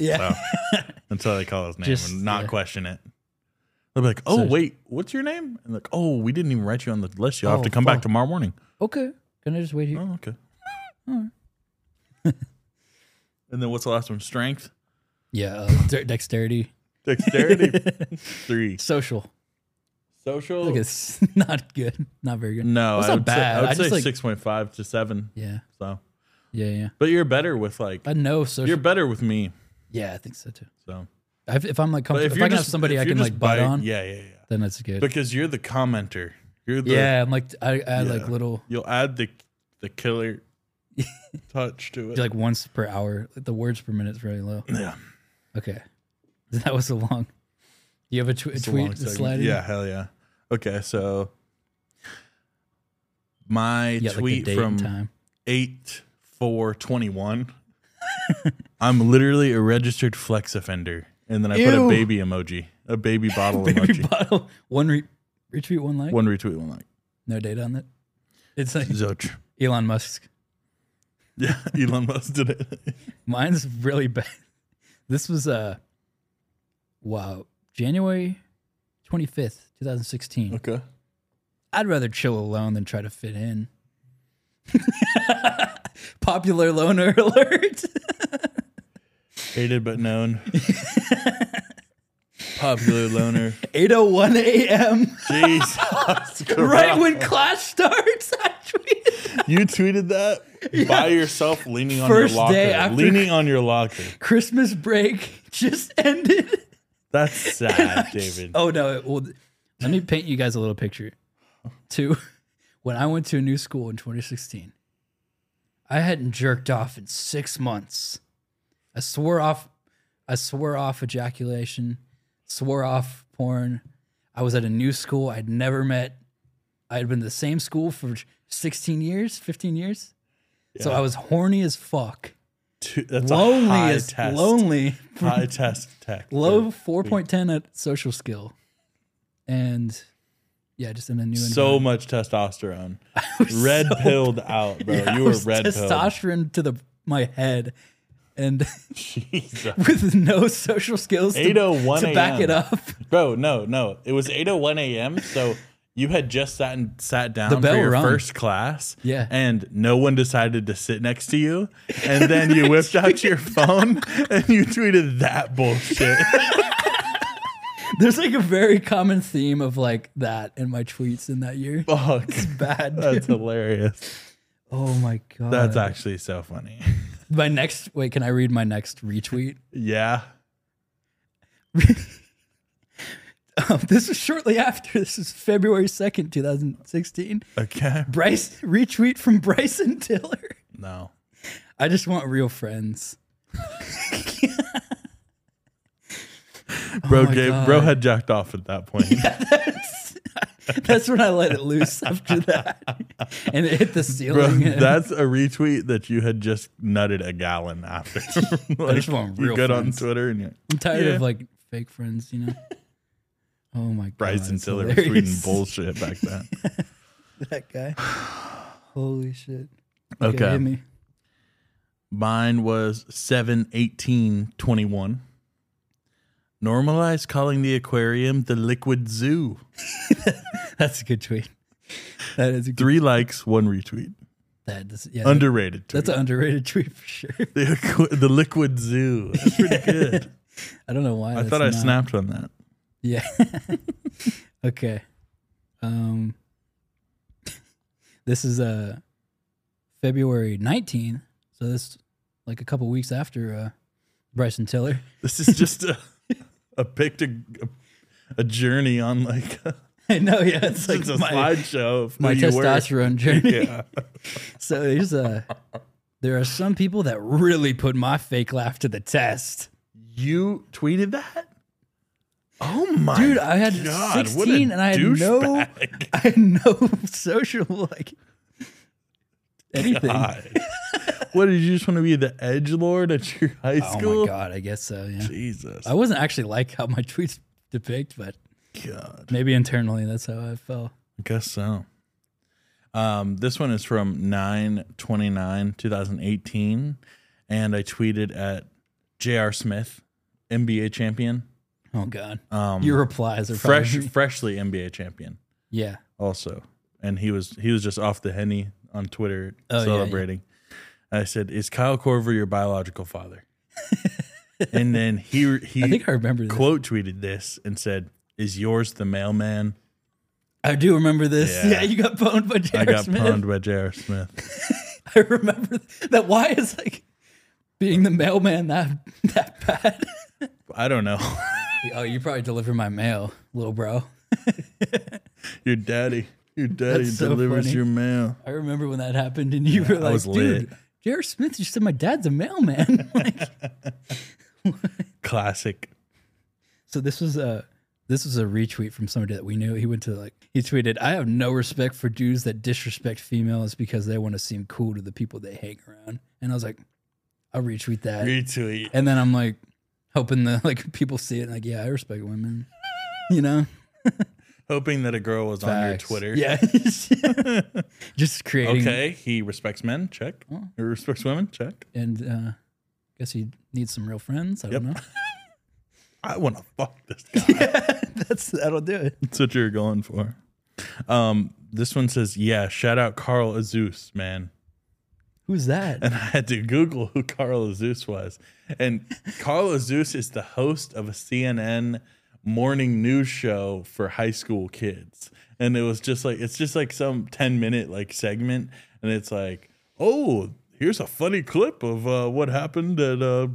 Speaker 1: Yeah.
Speaker 2: So, until they call his name
Speaker 1: Just-
Speaker 2: and not
Speaker 1: yeah.
Speaker 2: question it. They'll be like, "Oh
Speaker 1: So-
Speaker 2: wait, what's your name?" And like, "Oh, we didn't even write you on the list. You'll have
Speaker 1: Oh,
Speaker 2: to come back
Speaker 1: fuck.
Speaker 2: tomorrow morning."
Speaker 1: okay. Can I just wait here?
Speaker 2: Oh, okay. and then what's the last one? Strength,
Speaker 1: Yeah. Uh, de- dexterity.
Speaker 2: dexterity, three.
Speaker 1: Social.
Speaker 2: Social.
Speaker 1: Look, it's not good. Not very good.
Speaker 2: no,
Speaker 1: It's
Speaker 2: I
Speaker 1: not
Speaker 2: would
Speaker 1: bad.
Speaker 2: say, I would
Speaker 1: I
Speaker 2: say
Speaker 1: just, like-
Speaker 2: six point five to seven.
Speaker 1: Yeah.
Speaker 2: So,
Speaker 1: Yeah. Yeah.
Speaker 2: but you're better with like
Speaker 1: I know social.
Speaker 2: you're better with me.
Speaker 1: yeah, I think so too.
Speaker 2: So,
Speaker 1: If, if I'm like
Speaker 2: but
Speaker 1: comfortable, if, I can have somebody
Speaker 2: if
Speaker 1: I
Speaker 2: you're
Speaker 1: can
Speaker 2: just
Speaker 1: like bite
Speaker 2: bi-
Speaker 1: on,
Speaker 2: yeah, yeah, yeah.
Speaker 1: then that's good.
Speaker 2: Because you're the commenter. You're the
Speaker 1: yeah, I'm like I add
Speaker 2: Yeah.
Speaker 1: like little
Speaker 2: You'll add the the killer touch to it.
Speaker 1: like once per hour. Like the words per minute is very low.
Speaker 2: yeah,
Speaker 1: Okay, that was a long. Do you have a, tw- a
Speaker 2: it's a
Speaker 1: tweet
Speaker 2: long
Speaker 1: that's
Speaker 2: segment.
Speaker 1: sliding?
Speaker 2: Yeah, hell yeah. Okay, so my
Speaker 1: you got like
Speaker 2: tweet
Speaker 1: the date
Speaker 2: from
Speaker 1: and time.
Speaker 2: eight four twenty one. I'm literally a registered flex offender, and then I put a
Speaker 1: Ew.
Speaker 2: baby emoji, a baby bottle
Speaker 1: Baby
Speaker 2: emoji.
Speaker 1: bottle. One re- retweet, one like.
Speaker 2: one retweet, one like.
Speaker 1: No data on that. It's like
Speaker 2: Zoch.
Speaker 1: Elon Musk.
Speaker 2: Yeah, Elon Musk did it.
Speaker 1: Mine's really bad. This was uh wow, January 25th, 2016.
Speaker 2: okay.
Speaker 1: I'd rather chill alone than try to fit in. Popular loner alert.
Speaker 2: Hated but known. Popular loner.
Speaker 1: 8:01 a.m.
Speaker 2: Jesus.
Speaker 1: Right
Speaker 2: Christ.
Speaker 1: when class starts. I tweeted.
Speaker 2: you tweeted that by yourself leaning on
Speaker 1: First
Speaker 2: your locker.
Speaker 1: day after-
Speaker 2: leaning on your locker.
Speaker 1: Christmas break just ended.
Speaker 2: That's sad, David.
Speaker 1: Oh no! it- Well, th- let me paint you guys a little picture. Two, when I went to a new school in 2016, I hadn't jerked off in six months. I swore off. I swore off ejaculation. Swore off porn. I was at a new school I'd never met. I had been to the same school for 16 years, 15 years. So I was horny as fuck,
Speaker 2: Two- That's a
Speaker 1: lonely
Speaker 2: high
Speaker 1: as
Speaker 2: test.
Speaker 1: lonely
Speaker 2: High test tech.
Speaker 1: low 4.10 at social skill and yeah just in a new
Speaker 2: So much testosterone.
Speaker 1: environment.
Speaker 2: Red
Speaker 1: So-
Speaker 2: pilled out, bro.
Speaker 1: Yeah, I
Speaker 2: you were
Speaker 1: was
Speaker 2: red pilled.
Speaker 1: testosterone to the my head and
Speaker 2: Jesus.
Speaker 1: with no social skills to,
Speaker 2: 8:01
Speaker 1: to back it
Speaker 2: a.m..
Speaker 1: up
Speaker 2: Bro, no, no. It was 8:01 a.m. So you had just sat and sat down
Speaker 1: The
Speaker 2: for
Speaker 1: bell
Speaker 2: your
Speaker 1: rung.
Speaker 2: first class.
Speaker 1: Yeah.
Speaker 2: And no one decided to sit next to you. And then you whipped out your phone and you tweeted that bullshit.
Speaker 1: there's like a very common theme of like that in my tweets in that year
Speaker 2: Fuck.
Speaker 1: bad
Speaker 2: Oh, That's
Speaker 1: dude.
Speaker 2: hilarious.
Speaker 1: oh my god
Speaker 2: That's actually so funny.
Speaker 1: my next wait can i read my next retweet
Speaker 2: Yeah.
Speaker 1: um, this is shortly after this is february 2nd 2016
Speaker 2: Okay.
Speaker 1: bryce retweet from bryson tiller
Speaker 2: No.
Speaker 1: I just want real friends.
Speaker 2: Bro
Speaker 1: Oh my
Speaker 2: gave, bro
Speaker 1: God.
Speaker 2: had jacked off at that point.
Speaker 1: That's when I let it loose after that. and it hit the
Speaker 2: Bro,
Speaker 1: ceiling. and-
Speaker 2: that's a retweet that you had just nutted a gallon after. like,
Speaker 1: just want
Speaker 2: you
Speaker 1: real
Speaker 2: good on
Speaker 1: friends.
Speaker 2: Twitter and you're
Speaker 1: I'm tired
Speaker 2: yeah.
Speaker 1: of like fake friends, you know? Oh my God.
Speaker 2: Bryson
Speaker 1: it's
Speaker 2: Tiller was
Speaker 1: hilarious.
Speaker 2: tweeting bullshit back then.
Speaker 1: that guy. Holy shit.
Speaker 2: Okay.
Speaker 1: hit me.
Speaker 2: Mine was 7 18 21. Normalize calling the aquarium the liquid zoo.
Speaker 1: That's a good tweet. That is a good
Speaker 2: Three likes, one retweet.
Speaker 1: that is, yeah,
Speaker 2: Underrated. Tweet.
Speaker 1: That's an underrated tweet for sure.
Speaker 2: the, aqu- the liquid zoo. That's pretty good.
Speaker 1: I don't know why.
Speaker 2: I
Speaker 1: that's
Speaker 2: thought I
Speaker 1: not-
Speaker 2: snapped on that.
Speaker 1: Yeah. okay. Um this is uh February 19th, so this like a couple weeks after uh Bryson Tiller.
Speaker 2: This is just a, a picked a, a journey on like a,
Speaker 1: I know, yeah, it's
Speaker 2: it's like
Speaker 1: like
Speaker 2: a
Speaker 1: my,
Speaker 2: slideshow of who
Speaker 1: my
Speaker 2: you were.
Speaker 1: testosterone journey.
Speaker 2: Yeah.
Speaker 1: So there's uh there are some people that really put my fake laugh to the test.
Speaker 2: You tweeted that? Oh my
Speaker 1: Dude, I had
Speaker 2: God, what a
Speaker 1: 16 and I had no
Speaker 2: douchebag.
Speaker 1: I had no social like anything.
Speaker 2: God. what did you just want to be the edge lord at your high
Speaker 1: Oh
Speaker 2: school?
Speaker 1: my god, I guess so, yeah.
Speaker 2: Jesus.
Speaker 1: I wasn't actually like how my tweets depict, but
Speaker 2: God.
Speaker 1: maybe internally that's how I felt.
Speaker 2: I guess so. Um, this one is from 9 29, 2018. And I tweeted at J.R. Smith, NBA champion.
Speaker 1: Oh god.
Speaker 2: Um,
Speaker 1: Your replies are probably
Speaker 2: fresh, freshly NBA champion,
Speaker 1: Yeah.
Speaker 2: also. And he was he was just off the henny on Twitter
Speaker 1: Oh, yeah, yeah.
Speaker 2: celebrating. I said, "Is Kyle Corver your biological father?" and then he he
Speaker 1: I think I remember this.
Speaker 2: quote tweeted this and said, "Is yours the mailman?"
Speaker 1: I do remember this.
Speaker 2: Yeah.
Speaker 1: Yeah, you got boned by
Speaker 2: I
Speaker 1: Jared
Speaker 2: got
Speaker 1: Smith.
Speaker 2: pwned by J.R. Smith.
Speaker 1: I remember that. Why is like being the mailman that that bad?
Speaker 2: I don't know.
Speaker 1: oh, you probably deliver my mail, little bro.
Speaker 2: your daddy, your daddy
Speaker 1: That's so
Speaker 2: delivers
Speaker 1: funny.
Speaker 2: your mail.
Speaker 1: I remember when that happened, and you were like,
Speaker 2: was
Speaker 1: "Dude,
Speaker 2: lit.
Speaker 1: Jared Smith just said my dad's a mailman." like,
Speaker 2: Classic.
Speaker 1: so this was a this was a retweet from somebody that we knew. He went to like he tweeted, "I have no respect for dudes that disrespect females because they want to seem cool to the people they hang around." And I was like, "I'll retweet that."
Speaker 2: Retweet.
Speaker 1: And then I'm like hoping that like people see it and like, yeah, I respect women. You know?
Speaker 2: Hoping that a girl was on your
Speaker 1: Facts.
Speaker 2: Twitter.
Speaker 1: Yeah. Just creating
Speaker 2: Okay. He respects men. Check.
Speaker 1: Oh.
Speaker 2: He respects women. Check.
Speaker 1: and uh guess he needs some real friends. I don't
Speaker 2: Yep.
Speaker 1: know.
Speaker 2: I want to fuck this guy.
Speaker 1: That's that'll do it.
Speaker 2: That's what you're going for. Um, this one says, "Yeah, shout out Carl Azus, man."
Speaker 1: Who's that?
Speaker 2: and I had to Google who Carl Azus was. And Carl Azus is the host of a CNN morning news show for high school kids. And it was just like it's just like some 10 minute like segment and it's like, "Oh, here's a funny clip of uh, what happened at uh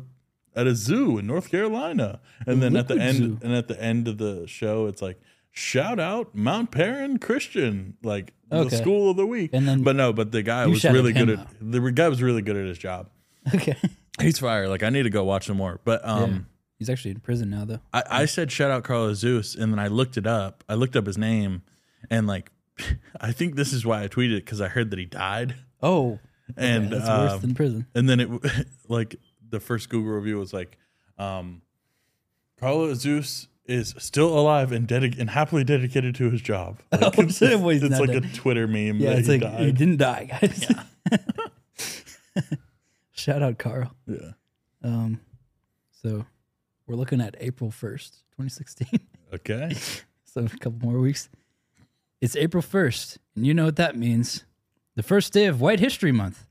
Speaker 2: at a zoo in North Carolina." And then at the
Speaker 1: Liquid
Speaker 2: end
Speaker 1: zoo.
Speaker 2: and at the end of the show it's like Shout out Mount Perrin Christian, like the
Speaker 1: Okay.
Speaker 2: school of the week.
Speaker 1: And then
Speaker 2: but no, but the guy
Speaker 1: you
Speaker 2: was
Speaker 1: shouted
Speaker 2: really
Speaker 1: him
Speaker 2: good at
Speaker 1: out.
Speaker 2: the re- guy was really good at his job.
Speaker 1: Okay.
Speaker 2: He's fire. Like I need to go watch some more. But um,
Speaker 1: He's actually in prison now though.
Speaker 2: I, I said shout out Carlos Zeus, and then I looked it up. I looked up his name, and like I think this is why I tweeted it because I heard that he died,
Speaker 1: Oh.
Speaker 2: and
Speaker 1: that's
Speaker 2: um,
Speaker 1: worse than prison.
Speaker 2: and then it w- like the first Google review was like, um, Carlos Zeus is still alive and dedic- and happily dedicated to his job. Like, it's
Speaker 1: so he's
Speaker 2: it's
Speaker 1: not
Speaker 2: like
Speaker 1: dead.
Speaker 2: a Twitter meme.
Speaker 1: Yeah,
Speaker 2: that
Speaker 1: it's
Speaker 2: he
Speaker 1: like he
Speaker 2: died.
Speaker 1: didn't die, guys. Shout out Carl.
Speaker 2: Yeah.
Speaker 1: Um so we're looking at April first, twenty sixteen.
Speaker 2: Okay.
Speaker 1: so a couple more weeks. It's April 1st, and you know what that means. The first day of White History Month.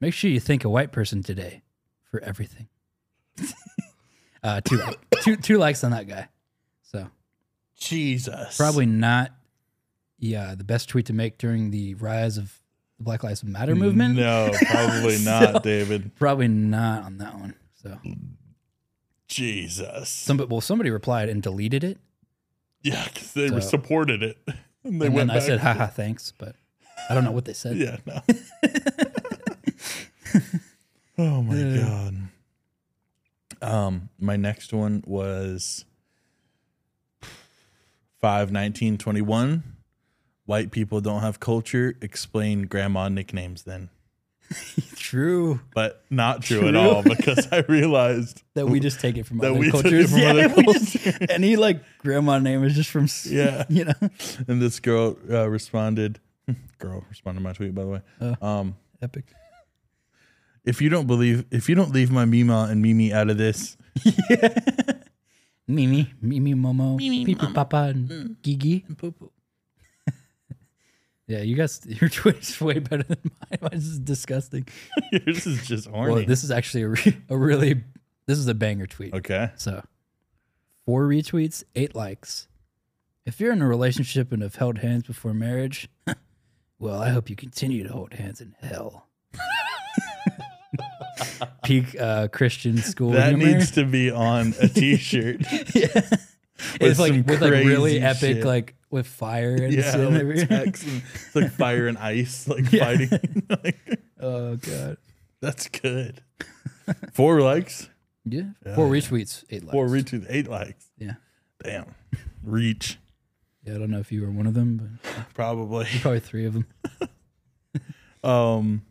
Speaker 1: Make sure you thank a white person today for everything. uh, two, two, two likes on that guy. So
Speaker 2: Jesus.
Speaker 1: probably not yeah, the best tweet to make during the rise of the Black Lives Matter movement.
Speaker 2: Mm, No, probably not,
Speaker 1: So-
Speaker 2: David.
Speaker 1: Probably not on that one. So
Speaker 2: Jesus.
Speaker 1: some, well, somebody replied and deleted it.
Speaker 2: Yeah, because they
Speaker 1: So-
Speaker 2: were supported it. And they
Speaker 1: And
Speaker 2: went
Speaker 1: then I
Speaker 2: back.
Speaker 1: said, haha, thanks. But I don't know what they said.
Speaker 2: yeah, no. oh my god. Um, my next one was five nineteen twenty one. White people don't have culture. Explain grandma nicknames then.
Speaker 1: True.
Speaker 2: But not true, at
Speaker 1: True.
Speaker 2: all because I realized
Speaker 1: That we just take it from
Speaker 2: That
Speaker 1: other
Speaker 2: we took
Speaker 1: cultures.
Speaker 2: it from other
Speaker 1: we just-
Speaker 2: cultures.
Speaker 1: any like grandma name is just from s-
Speaker 2: Yeah.
Speaker 1: you know
Speaker 2: and this girl uh, responded girl responded to my tweet by the way.
Speaker 1: Uh.
Speaker 2: um
Speaker 1: epic.
Speaker 2: if you don't believe if you don't leave my Mima and Mimi out of this,
Speaker 1: Mimi, Mimi, Momo, Pipi, Papa, and Gigi, and Poopoo. yeah, you guys, your Twitter's way better than mine. Mine's is disgusting.
Speaker 2: yours is just horny.
Speaker 1: Well, this is actually a, re- a really this is a banger tweet.
Speaker 2: okay.
Speaker 1: So, four retweets, eight likes. If you're in a relationship and have held hands before marriage, well, I hope you continue to hold hands in hell. Peak uh, Christian school
Speaker 2: That
Speaker 1: humor.
Speaker 2: needs to be on a t-shirt.
Speaker 1: it's
Speaker 2: some
Speaker 1: like with like really
Speaker 2: crazy
Speaker 1: epic,
Speaker 2: shit.
Speaker 1: like with fire and
Speaker 2: yeah,
Speaker 1: shit.
Speaker 2: with text and- it's like fire and ice, like fighting. like,
Speaker 1: Oh god.
Speaker 2: that's good. Four likes,
Speaker 1: Yeah. Four retweets, eight likes.
Speaker 2: four retweets, eight likes.
Speaker 1: Yeah.
Speaker 2: Damn. Reach.
Speaker 1: Yeah, I don't know if you were one of them, but
Speaker 2: Probably.
Speaker 1: probably three of them.
Speaker 2: Um,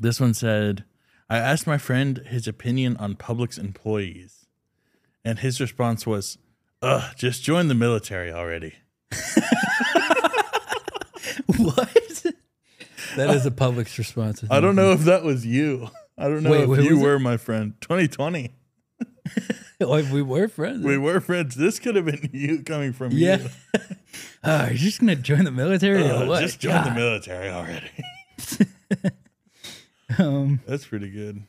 Speaker 2: this one said, I asked my friend his opinion on Publix employees, and his response was, Ugh, just join the military already.
Speaker 1: what? That is a public's response.
Speaker 2: I don't know if that was you. I don't know
Speaker 1: Mm-hmm. Wait,
Speaker 2: if
Speaker 1: who
Speaker 2: you
Speaker 1: was it?
Speaker 2: were my friend. 2020.
Speaker 1: Like, we were friends.
Speaker 2: We were friends. This could have been you coming from
Speaker 1: yeah.
Speaker 2: you.
Speaker 1: oh, you're just gonna join the military or
Speaker 2: Ugh,
Speaker 1: what?
Speaker 2: Uh, just join the military already.
Speaker 1: Um,
Speaker 2: That's pretty good.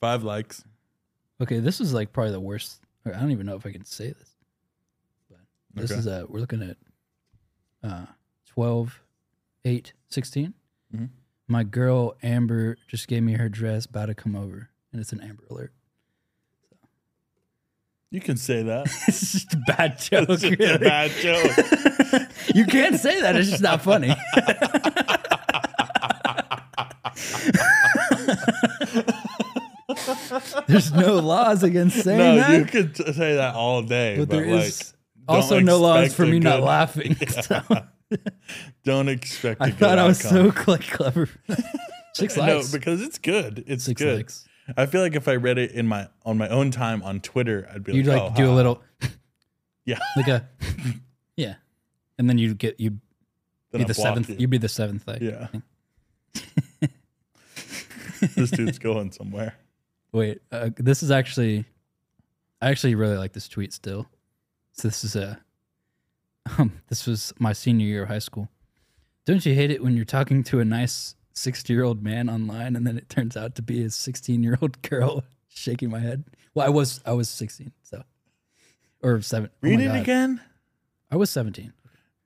Speaker 2: Five likes.
Speaker 1: okay, this is like probably the worst. Or I don't even know if I can say this. But this
Speaker 2: Okay.
Speaker 1: is uh we're looking at uh 12 8 16.
Speaker 2: Mhm.
Speaker 1: My girl Amber just gave me her dress about to come over and it's an Amber alert.
Speaker 2: You can say that.
Speaker 1: it's just a bad joke.
Speaker 2: It's just a
Speaker 1: really.
Speaker 2: bad joke.
Speaker 1: you can't say that. It's just not funny. There's no laws against saying
Speaker 2: No,
Speaker 1: that.
Speaker 2: you could t- say that all day.
Speaker 1: but
Speaker 2: But,
Speaker 1: there is
Speaker 2: like, don't
Speaker 1: also no laws
Speaker 2: expect
Speaker 1: for
Speaker 2: a
Speaker 1: me not
Speaker 2: good-
Speaker 1: laughing. So
Speaker 2: Don't expect. I
Speaker 1: I thought I was so cl- clever. Six
Speaker 2: no,
Speaker 1: likes.
Speaker 2: because it's good. It's
Speaker 1: Six
Speaker 2: good.
Speaker 1: likes.
Speaker 2: I feel like if I read it in my on my own time on Twitter, I'd be
Speaker 1: You'd
Speaker 2: like,
Speaker 1: like
Speaker 2: oh,
Speaker 1: do
Speaker 2: ha.
Speaker 1: a little,
Speaker 2: Yeah.
Speaker 1: like a, yeah, and then you'd get you'd
Speaker 2: Then
Speaker 1: be
Speaker 2: I
Speaker 1: the
Speaker 2: block
Speaker 1: seventh.
Speaker 2: you.
Speaker 1: You'd be the seventh like.
Speaker 2: Yeah. this dude's going
Speaker 1: Oh
Speaker 2: somewhere.
Speaker 1: Wait, uh, this is actually, I actually really like this tweet still. So this is a, um, this was my senior year of high school. Don't you hate it when you're talking to a nice sixty-year-old man online, and then it turns out to be a sixteen-year-old girl? Shaking my head. Well, I was I was sixteen, so or seven. oh
Speaker 2: Read
Speaker 1: my
Speaker 2: it
Speaker 1: God.
Speaker 2: again.
Speaker 1: I was seventeen.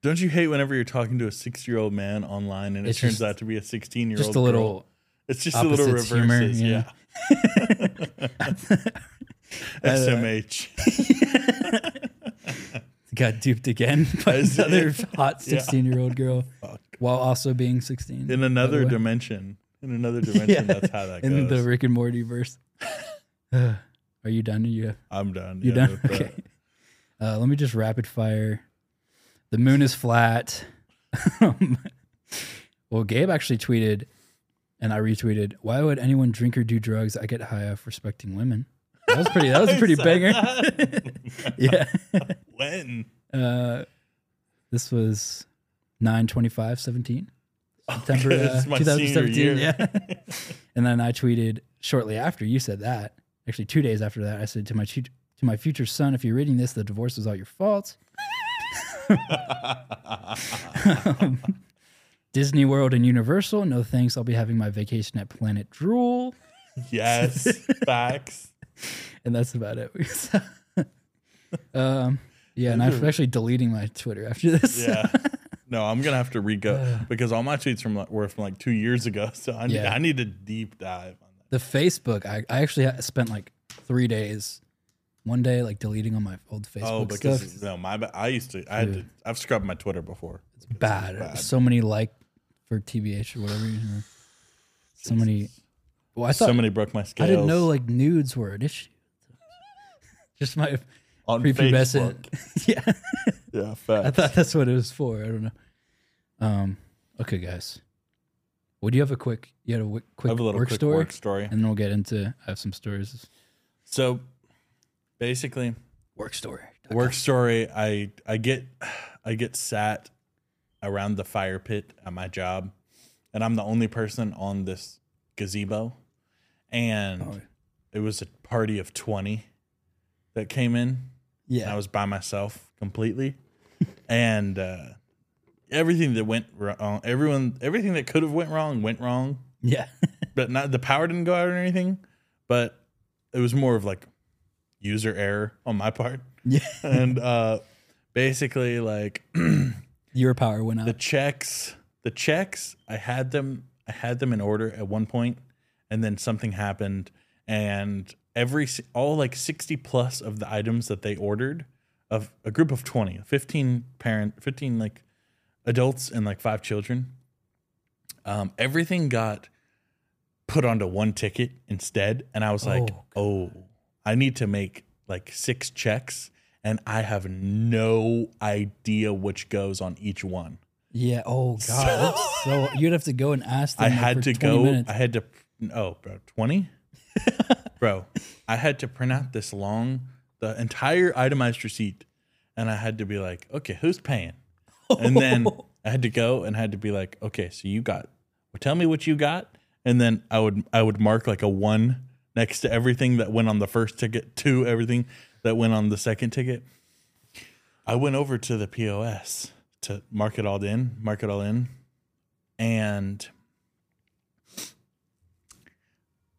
Speaker 2: Don't you hate whenever you're talking to a six year old man online and it
Speaker 1: It's
Speaker 2: turns
Speaker 1: just-
Speaker 2: out to be a sixteen year old?
Speaker 1: Just a little.
Speaker 2: It's just a little reverses.
Speaker 1: opposites humor,
Speaker 2: yeah.
Speaker 1: yeah.
Speaker 2: SMH.
Speaker 1: Got duped again by
Speaker 2: As-
Speaker 1: another hot
Speaker 2: Yeah.
Speaker 1: sixteen-year-old girl,
Speaker 2: Fuck.
Speaker 1: while also being sixteen.
Speaker 2: In
Speaker 1: by the
Speaker 2: another
Speaker 1: way.
Speaker 2: dimension. In another dimension, that's how that
Speaker 1: in
Speaker 2: goes.
Speaker 1: the Rick and Morty verse. Are you done? You
Speaker 2: I'm done.
Speaker 1: you
Speaker 2: Yeah,
Speaker 1: done?
Speaker 2: with that.
Speaker 1: Okay. Uh, let me just rapid fire. The moon is flat. well, Gabe actually tweeted, and I retweeted. Why would anyone drink or do drugs? I get high off respecting women. That was pretty. That was a pretty
Speaker 2: said
Speaker 1: banger.
Speaker 2: that.
Speaker 1: yeah.
Speaker 2: When?
Speaker 1: Uh, this was nine twenty five seventeen. September
Speaker 2: Okay, this
Speaker 1: uh,
Speaker 2: is my
Speaker 1: 2017.
Speaker 2: senior year.
Speaker 1: Yeah. and then I tweeted shortly after you said that. Actually, two days after that, I said to my tu- to my future son, "If you're reading this, the divorce is all your fault." Disney World and Universal, no thanks. I'll be having my vacation at Planet Drool,
Speaker 2: Yes. Facts.
Speaker 1: and that's about it. um, yeah, and I'm actually deleting my Twitter after this.
Speaker 2: Yeah. No, I'm gonna have to re-go because all my tweets from like, were from like two years ago, so I need,
Speaker 1: Yeah.
Speaker 2: I need a deep dive on that.
Speaker 1: the Facebook, I, I actually ha- spent like three days, one day like deleting all my old Facebook
Speaker 2: Oh, because
Speaker 1: stuff.
Speaker 2: no, my ba- I used to I had to I've scrubbed my Twitter before.
Speaker 1: It's bad. So many like for TBH or whatever. You know. So many. Well, I thought
Speaker 2: Somebody broke my
Speaker 1: I
Speaker 2: scales.
Speaker 1: didn't know like nudes were an issue. Just my
Speaker 2: on
Speaker 1: prepubescent.
Speaker 2: Facebook.
Speaker 1: yeah,
Speaker 2: Yeah,
Speaker 1: I
Speaker 2: facts.
Speaker 1: thought that's what it was for. I don't know. Um. Okay, guys. Would you have a quick? You had a w-
Speaker 2: I
Speaker 1: quick
Speaker 2: have a little
Speaker 1: work
Speaker 2: quick
Speaker 1: story,
Speaker 2: work story.
Speaker 1: and then we'll get into. I have some stories.
Speaker 2: So basically,
Speaker 1: Work story.
Speaker 2: work story i i get i get sat around the fire pit at my job and i'm the only person on this gazebo and
Speaker 1: Oh.
Speaker 2: it was a party of 20 that came in and
Speaker 1: Yeah.
Speaker 2: i was by myself completely and uh everything that went wrong everyone everything that could have went wrong went wrong
Speaker 1: yeah.
Speaker 2: but not the power didn't go out or anything but it was more of like user error on my part
Speaker 1: yeah.
Speaker 2: and uh basically like
Speaker 1: Your power went out.
Speaker 2: the checks the checks i had them i had them in order at one point and then something happened and every s- all like 60 plus of the items that they ordered of a group of 20 15 parent 15 like adults and like five children um everything got put onto one ticket instead and i was like oh i need to make like six checks and I have no idea which goes on each one.
Speaker 1: Yeah. Oh god. So, you'd have to go and ask them.
Speaker 2: I
Speaker 1: like,
Speaker 2: had
Speaker 1: for
Speaker 2: to
Speaker 1: 20
Speaker 2: go.
Speaker 1: minutes.
Speaker 2: I had to. Oh, bro, twenty, bro. I had to print out this long, the entire itemized receipt, and I had to be like, okay, who's paying? And then I had to go and had to be like, okay, so you got. Well, tell me what you got, and then I would I would mark like a one next to everything that went on the first ticket, two everything that went on the second ticket. I went over to the POS to mark it all in, mark it all in, and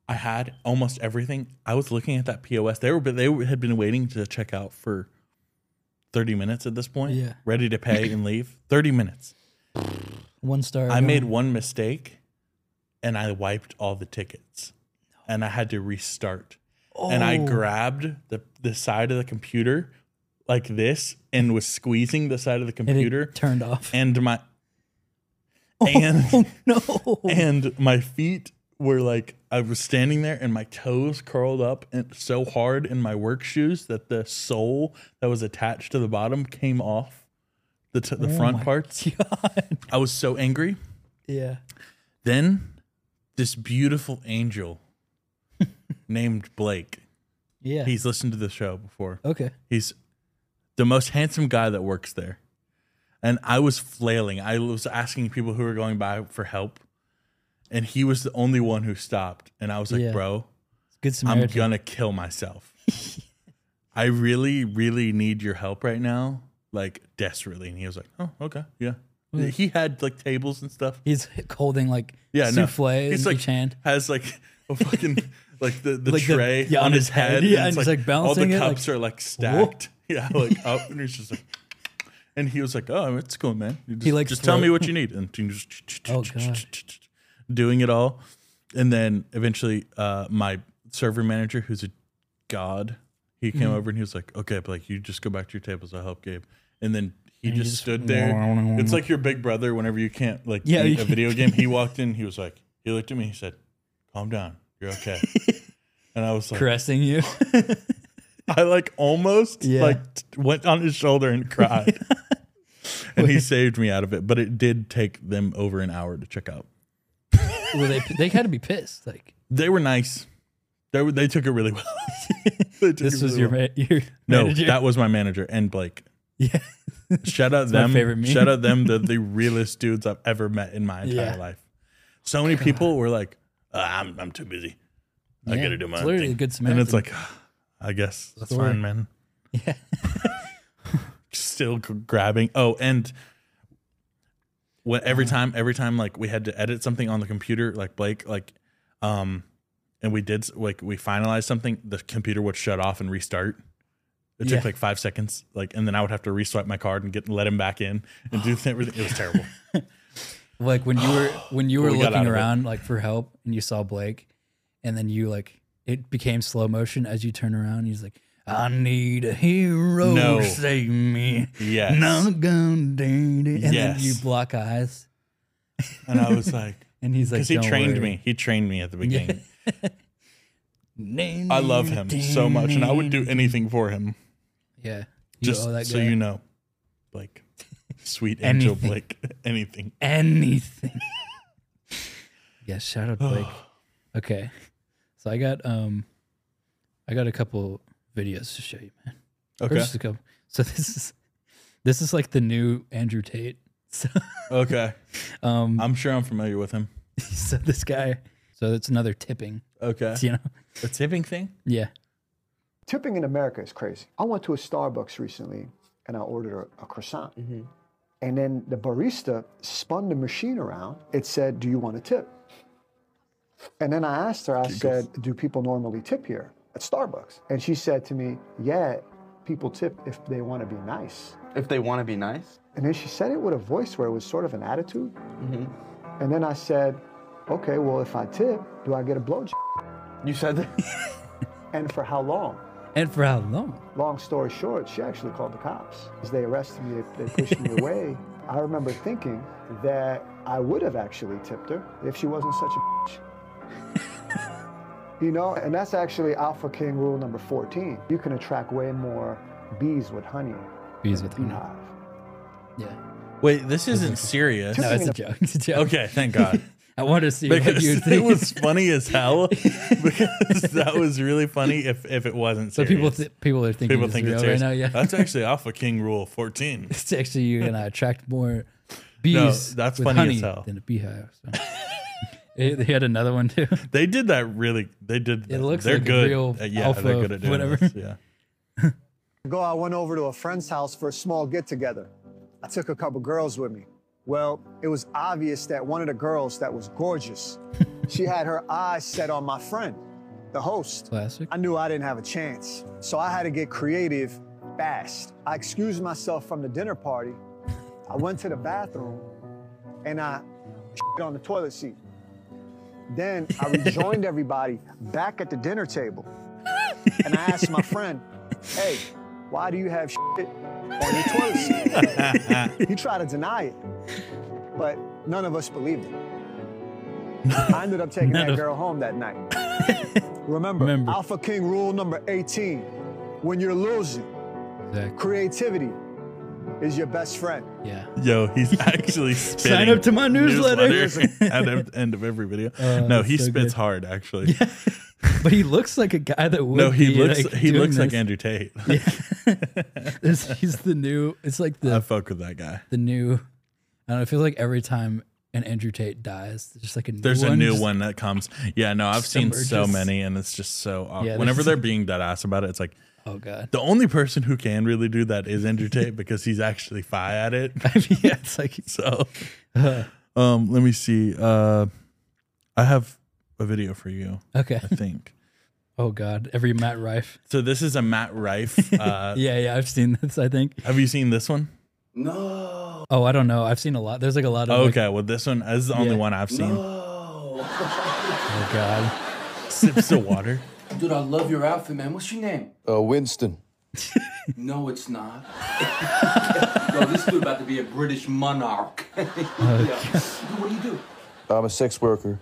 Speaker 2: I had almost everything. I was looking at that POS. They were, but they had been waiting to check out for thirty minutes at this point.
Speaker 1: Yeah.
Speaker 2: ready to pay and leave. Thirty minutes.
Speaker 1: one star.
Speaker 2: I
Speaker 1: no.
Speaker 2: made one mistake, and I wiped all the tickets, and I had to restart. And I
Speaker 1: Oh.
Speaker 2: grabbed the the side of the computer like this and was squeezing the side of the
Speaker 1: and it
Speaker 2: computer
Speaker 1: turned off. Oh,
Speaker 2: and my and
Speaker 1: no.
Speaker 2: and my feet were like I was standing there and my toes curled up and so hard in my work shoes that the sole that was attached to the bottom came off the t-
Speaker 1: Oh
Speaker 2: the front parts.
Speaker 1: God.
Speaker 2: I was so angry.
Speaker 1: Yeah.
Speaker 2: Then this beautiful angel named Blake.
Speaker 1: Yeah.
Speaker 2: He's listened to the show before.
Speaker 1: okay.
Speaker 2: He's the most handsome guy that works there. And I was flailing. I was asking people who were going by for help. And he was the only one who stopped. And I was like,
Speaker 1: Yeah.
Speaker 2: bro,
Speaker 1: Good
Speaker 2: I'm
Speaker 1: Samaritan.
Speaker 2: going to kill myself. I really, really need your help right now. Like, desperately. And he was like, oh, okay. Yeah. He had like tables and stuff.
Speaker 1: He's holding like
Speaker 2: Yeah, no.
Speaker 1: souffle in each hand.
Speaker 2: Has like a fucking like the, the
Speaker 1: Like the-
Speaker 2: tray
Speaker 1: yeah,
Speaker 2: on his head.
Speaker 1: yeah,
Speaker 2: it's
Speaker 1: and he's, like, balancing
Speaker 2: All
Speaker 1: it,
Speaker 2: the
Speaker 1: like,
Speaker 2: cups are like stacked. Yeah, like up, and he's just like. And he was like, "Oh, it's cool, man. You just,
Speaker 1: likes
Speaker 2: just tell me
Speaker 1: throat.
Speaker 2: what you need." And he just
Speaker 1: Oh, God.
Speaker 2: doing it all, and then eventually, uh, my server manager, who's a god, he
Speaker 1: Hmm.
Speaker 2: came over and he was like, "Okay, Blake, you just go back to your tables. I'll help Gabe." And then he just
Speaker 1: just-
Speaker 2: stood there. It's like your big brother whenever you can't like
Speaker 1: Yeah,
Speaker 2: beat
Speaker 1: you
Speaker 2: a video game. He walked in. He was like, he looked at me. He said, "Calm down. You're okay." and I was like,
Speaker 1: Caressing you.
Speaker 2: I like almost
Speaker 1: Yeah.
Speaker 2: like t- went on his shoulder and cried. and he saved me out of it, but it did take them over an hour to check out.
Speaker 1: Were they they had to be pissed. Like
Speaker 2: They were nice. They were, they took it really well. They took
Speaker 1: this
Speaker 2: it
Speaker 1: was
Speaker 2: really
Speaker 1: your,
Speaker 2: well.
Speaker 1: ma- your
Speaker 2: no.
Speaker 1: manager.
Speaker 2: That was my manager and Blake.
Speaker 1: yeah.
Speaker 2: Shout out
Speaker 1: my
Speaker 2: them.
Speaker 1: favorite meme.
Speaker 2: Shout out them. They're the realest dudes I've ever met in my entire
Speaker 1: Yeah.
Speaker 2: life. So many people were like, "Uh, "I'm I'm too busy. I
Speaker 1: Yeah.
Speaker 2: gotta do my
Speaker 1: It's
Speaker 2: own
Speaker 1: literally
Speaker 2: thing."
Speaker 1: a good
Speaker 2: and it's
Speaker 1: Samaritan.
Speaker 2: like, "Ah, I guess that's
Speaker 1: Story.
Speaker 2: fine, man.
Speaker 1: Yeah.
Speaker 2: Still g- grabbing. Oh, and what every time, every time, like we had to edit something on the computer, like Blake, like, um, and we did s- like we finalized something, the computer would shut off and restart. It
Speaker 1: Yeah.
Speaker 2: took like five seconds, like, and then I would have to reswipe my card and get let him back in and do everything. It was terrible.
Speaker 1: Like when you were when you were
Speaker 2: But we got out
Speaker 1: looking
Speaker 2: of it.
Speaker 1: around like for help and you saw Blake and then you like it became slow motion as you turn around he's like I need a hero
Speaker 2: No.
Speaker 1: save me.
Speaker 2: Yes.
Speaker 1: Not gonna do it. And then
Speaker 2: Yes.
Speaker 1: you block eyes
Speaker 2: And I was like,
Speaker 1: and he's like
Speaker 2: because he
Speaker 1: "Don't
Speaker 2: trained
Speaker 1: worry."
Speaker 2: me. He trained me at the beginning.
Speaker 1: Name
Speaker 2: I love him so much, and I would do anything for him.
Speaker 1: Yeah. You
Speaker 2: Just
Speaker 1: owe that
Speaker 2: so
Speaker 1: guy
Speaker 2: you know, Blake, sweet angel
Speaker 1: Anything.
Speaker 2: Blake, anything.
Speaker 1: anything. yeah, shout out Blake. okay. So I got um I got a couple videos to show you, man. Or
Speaker 2: Okay,
Speaker 1: just a couple. So this is this is like the new Andrew Tate. So
Speaker 2: okay.
Speaker 1: um
Speaker 2: I'm sure I'm familiar with him.
Speaker 1: so this guy so it's another tipping,
Speaker 2: Okay,
Speaker 1: you know.
Speaker 2: the tipping thing.
Speaker 1: Yeah.
Speaker 5: Tipping in America is crazy. I went to a Starbucks recently and I ordered a, a croissant. And then the barista spun the machine around. It said, Do you want a tip? And then I asked her, I said, Do people normally tip here at Starbucks? And she said to me, Yeah, people tip if they want to be nice.
Speaker 6: If they want to be nice,
Speaker 5: And then she said it with a voice where it was sort of an attitude. And then I said, Okay, well, if I tip, do I get a blowjob?
Speaker 6: you said that.
Speaker 5: And for how long?
Speaker 1: And for how long?
Speaker 5: Long story short, she actually called the cops. As they arrested me, they, they pushed me away. I remember thinking that I would have actually tipped her if she wasn't such a bitch. you know, and that's actually Alpha King rule number 14. You can attract way more bees with honey.
Speaker 1: Bees with honey.
Speaker 5: Beehive.
Speaker 1: Yeah.
Speaker 2: Wait, this isn't serious.
Speaker 1: No, it's a joke. It's a joke.
Speaker 2: okay, thank God.
Speaker 1: I want to see what
Speaker 2: Because
Speaker 1: you
Speaker 2: it
Speaker 1: think.
Speaker 2: was funny as hell. Because that was really funny if, if it wasn't
Speaker 1: so
Speaker 2: serious.
Speaker 1: people th- people are thinking
Speaker 2: people
Speaker 1: it's
Speaker 2: think
Speaker 1: real
Speaker 2: it's
Speaker 1: right
Speaker 2: serious.
Speaker 1: now. Yeah,
Speaker 2: That's actually Alpha King Rule 14.
Speaker 1: it's actually you and I attract more bees.
Speaker 2: that's
Speaker 1: with
Speaker 2: funny as
Speaker 1: honey
Speaker 2: hell.
Speaker 1: than a beehive. So. Eh, they had another one too.
Speaker 2: They did that really. They did. that.
Speaker 1: looks
Speaker 2: they're
Speaker 1: like a
Speaker 2: good.
Speaker 1: real
Speaker 2: Uh, yeah,
Speaker 1: alpha
Speaker 2: they're good at doing
Speaker 1: whatever.
Speaker 2: This. Yeah.
Speaker 5: ago, I went over to a friend's house for a small get together. I took a couple girls with me. Well, it was obvious that one of the girls that was gorgeous, she had her eyes set on my friend, the host.
Speaker 1: Classic.
Speaker 5: I knew I didn't have a chance, so I had to get creative fast. I excused myself from the dinner party. I went to the bathroom and I on the toilet seat. Then I rejoined everybody back at the dinner table. And I asked my friend, hey, why do you have shit on your toilet seat? he tried to deny it, but none of us believed him. I ended up taking that girl home that night. Remember,
Speaker 1: Remember.
Speaker 5: Alpha King rule number 18 when you're losing,
Speaker 1: Exactly.
Speaker 5: creativity is your best friend.
Speaker 1: Yeah.
Speaker 2: Yo, he's actually spitting.
Speaker 1: up to my newsletter.
Speaker 2: newsletters at the end of every video.
Speaker 1: Oh,
Speaker 2: no,
Speaker 1: that's
Speaker 2: he
Speaker 1: so
Speaker 2: spits
Speaker 1: good.
Speaker 2: hard. Actually,
Speaker 1: But he looks like a guy that would.
Speaker 2: no, he
Speaker 1: be,
Speaker 2: looks
Speaker 1: Like,
Speaker 2: he
Speaker 1: doing
Speaker 2: looks like
Speaker 1: this.
Speaker 2: Andrew Tate.
Speaker 1: This- he's the new. It's like the
Speaker 2: I fuck with that guy.
Speaker 1: the new. I don't know. It feels like every time an Andrew Tate dies, there's just like a new
Speaker 2: There's
Speaker 1: one.
Speaker 2: a new
Speaker 1: just-
Speaker 2: one that comes. Yeah, no, I've
Speaker 1: just
Speaker 2: seen so
Speaker 1: emerges.
Speaker 2: many, and it's just so awkward.
Speaker 1: Yeah, there's
Speaker 2: Whenever
Speaker 1: just
Speaker 2: they're
Speaker 1: like-
Speaker 2: being that ass about it, it's like
Speaker 1: Oh god.
Speaker 2: the only person who can really do that is Andrew Tate because he's actually fi at it.
Speaker 1: I mean, yeah, it's like
Speaker 2: So,
Speaker 1: Uh-huh.
Speaker 2: um, let me see. Uh, I have a video for you.
Speaker 1: okay.
Speaker 2: I think.
Speaker 1: Oh god. Every Matt Rife.
Speaker 2: So this is a Matt Rife. Uh,
Speaker 1: Yeah, yeah. I've seen this. I think.
Speaker 2: Have you seen this one?
Speaker 6: No.
Speaker 1: Oh, I don't know. I've seen a lot. There's like a lot of. like-
Speaker 2: okay, well this one this is the only
Speaker 1: Yeah.
Speaker 2: one I've seen.
Speaker 1: oh god.
Speaker 2: Sips the water.
Speaker 6: Dude, I love your outfit, man. What's your name?
Speaker 7: Uh, Winston.
Speaker 6: No, it's not. Yo, this dude about to be a British monarch. yeah. Dude, what do you do?
Speaker 7: I'm a sex worker.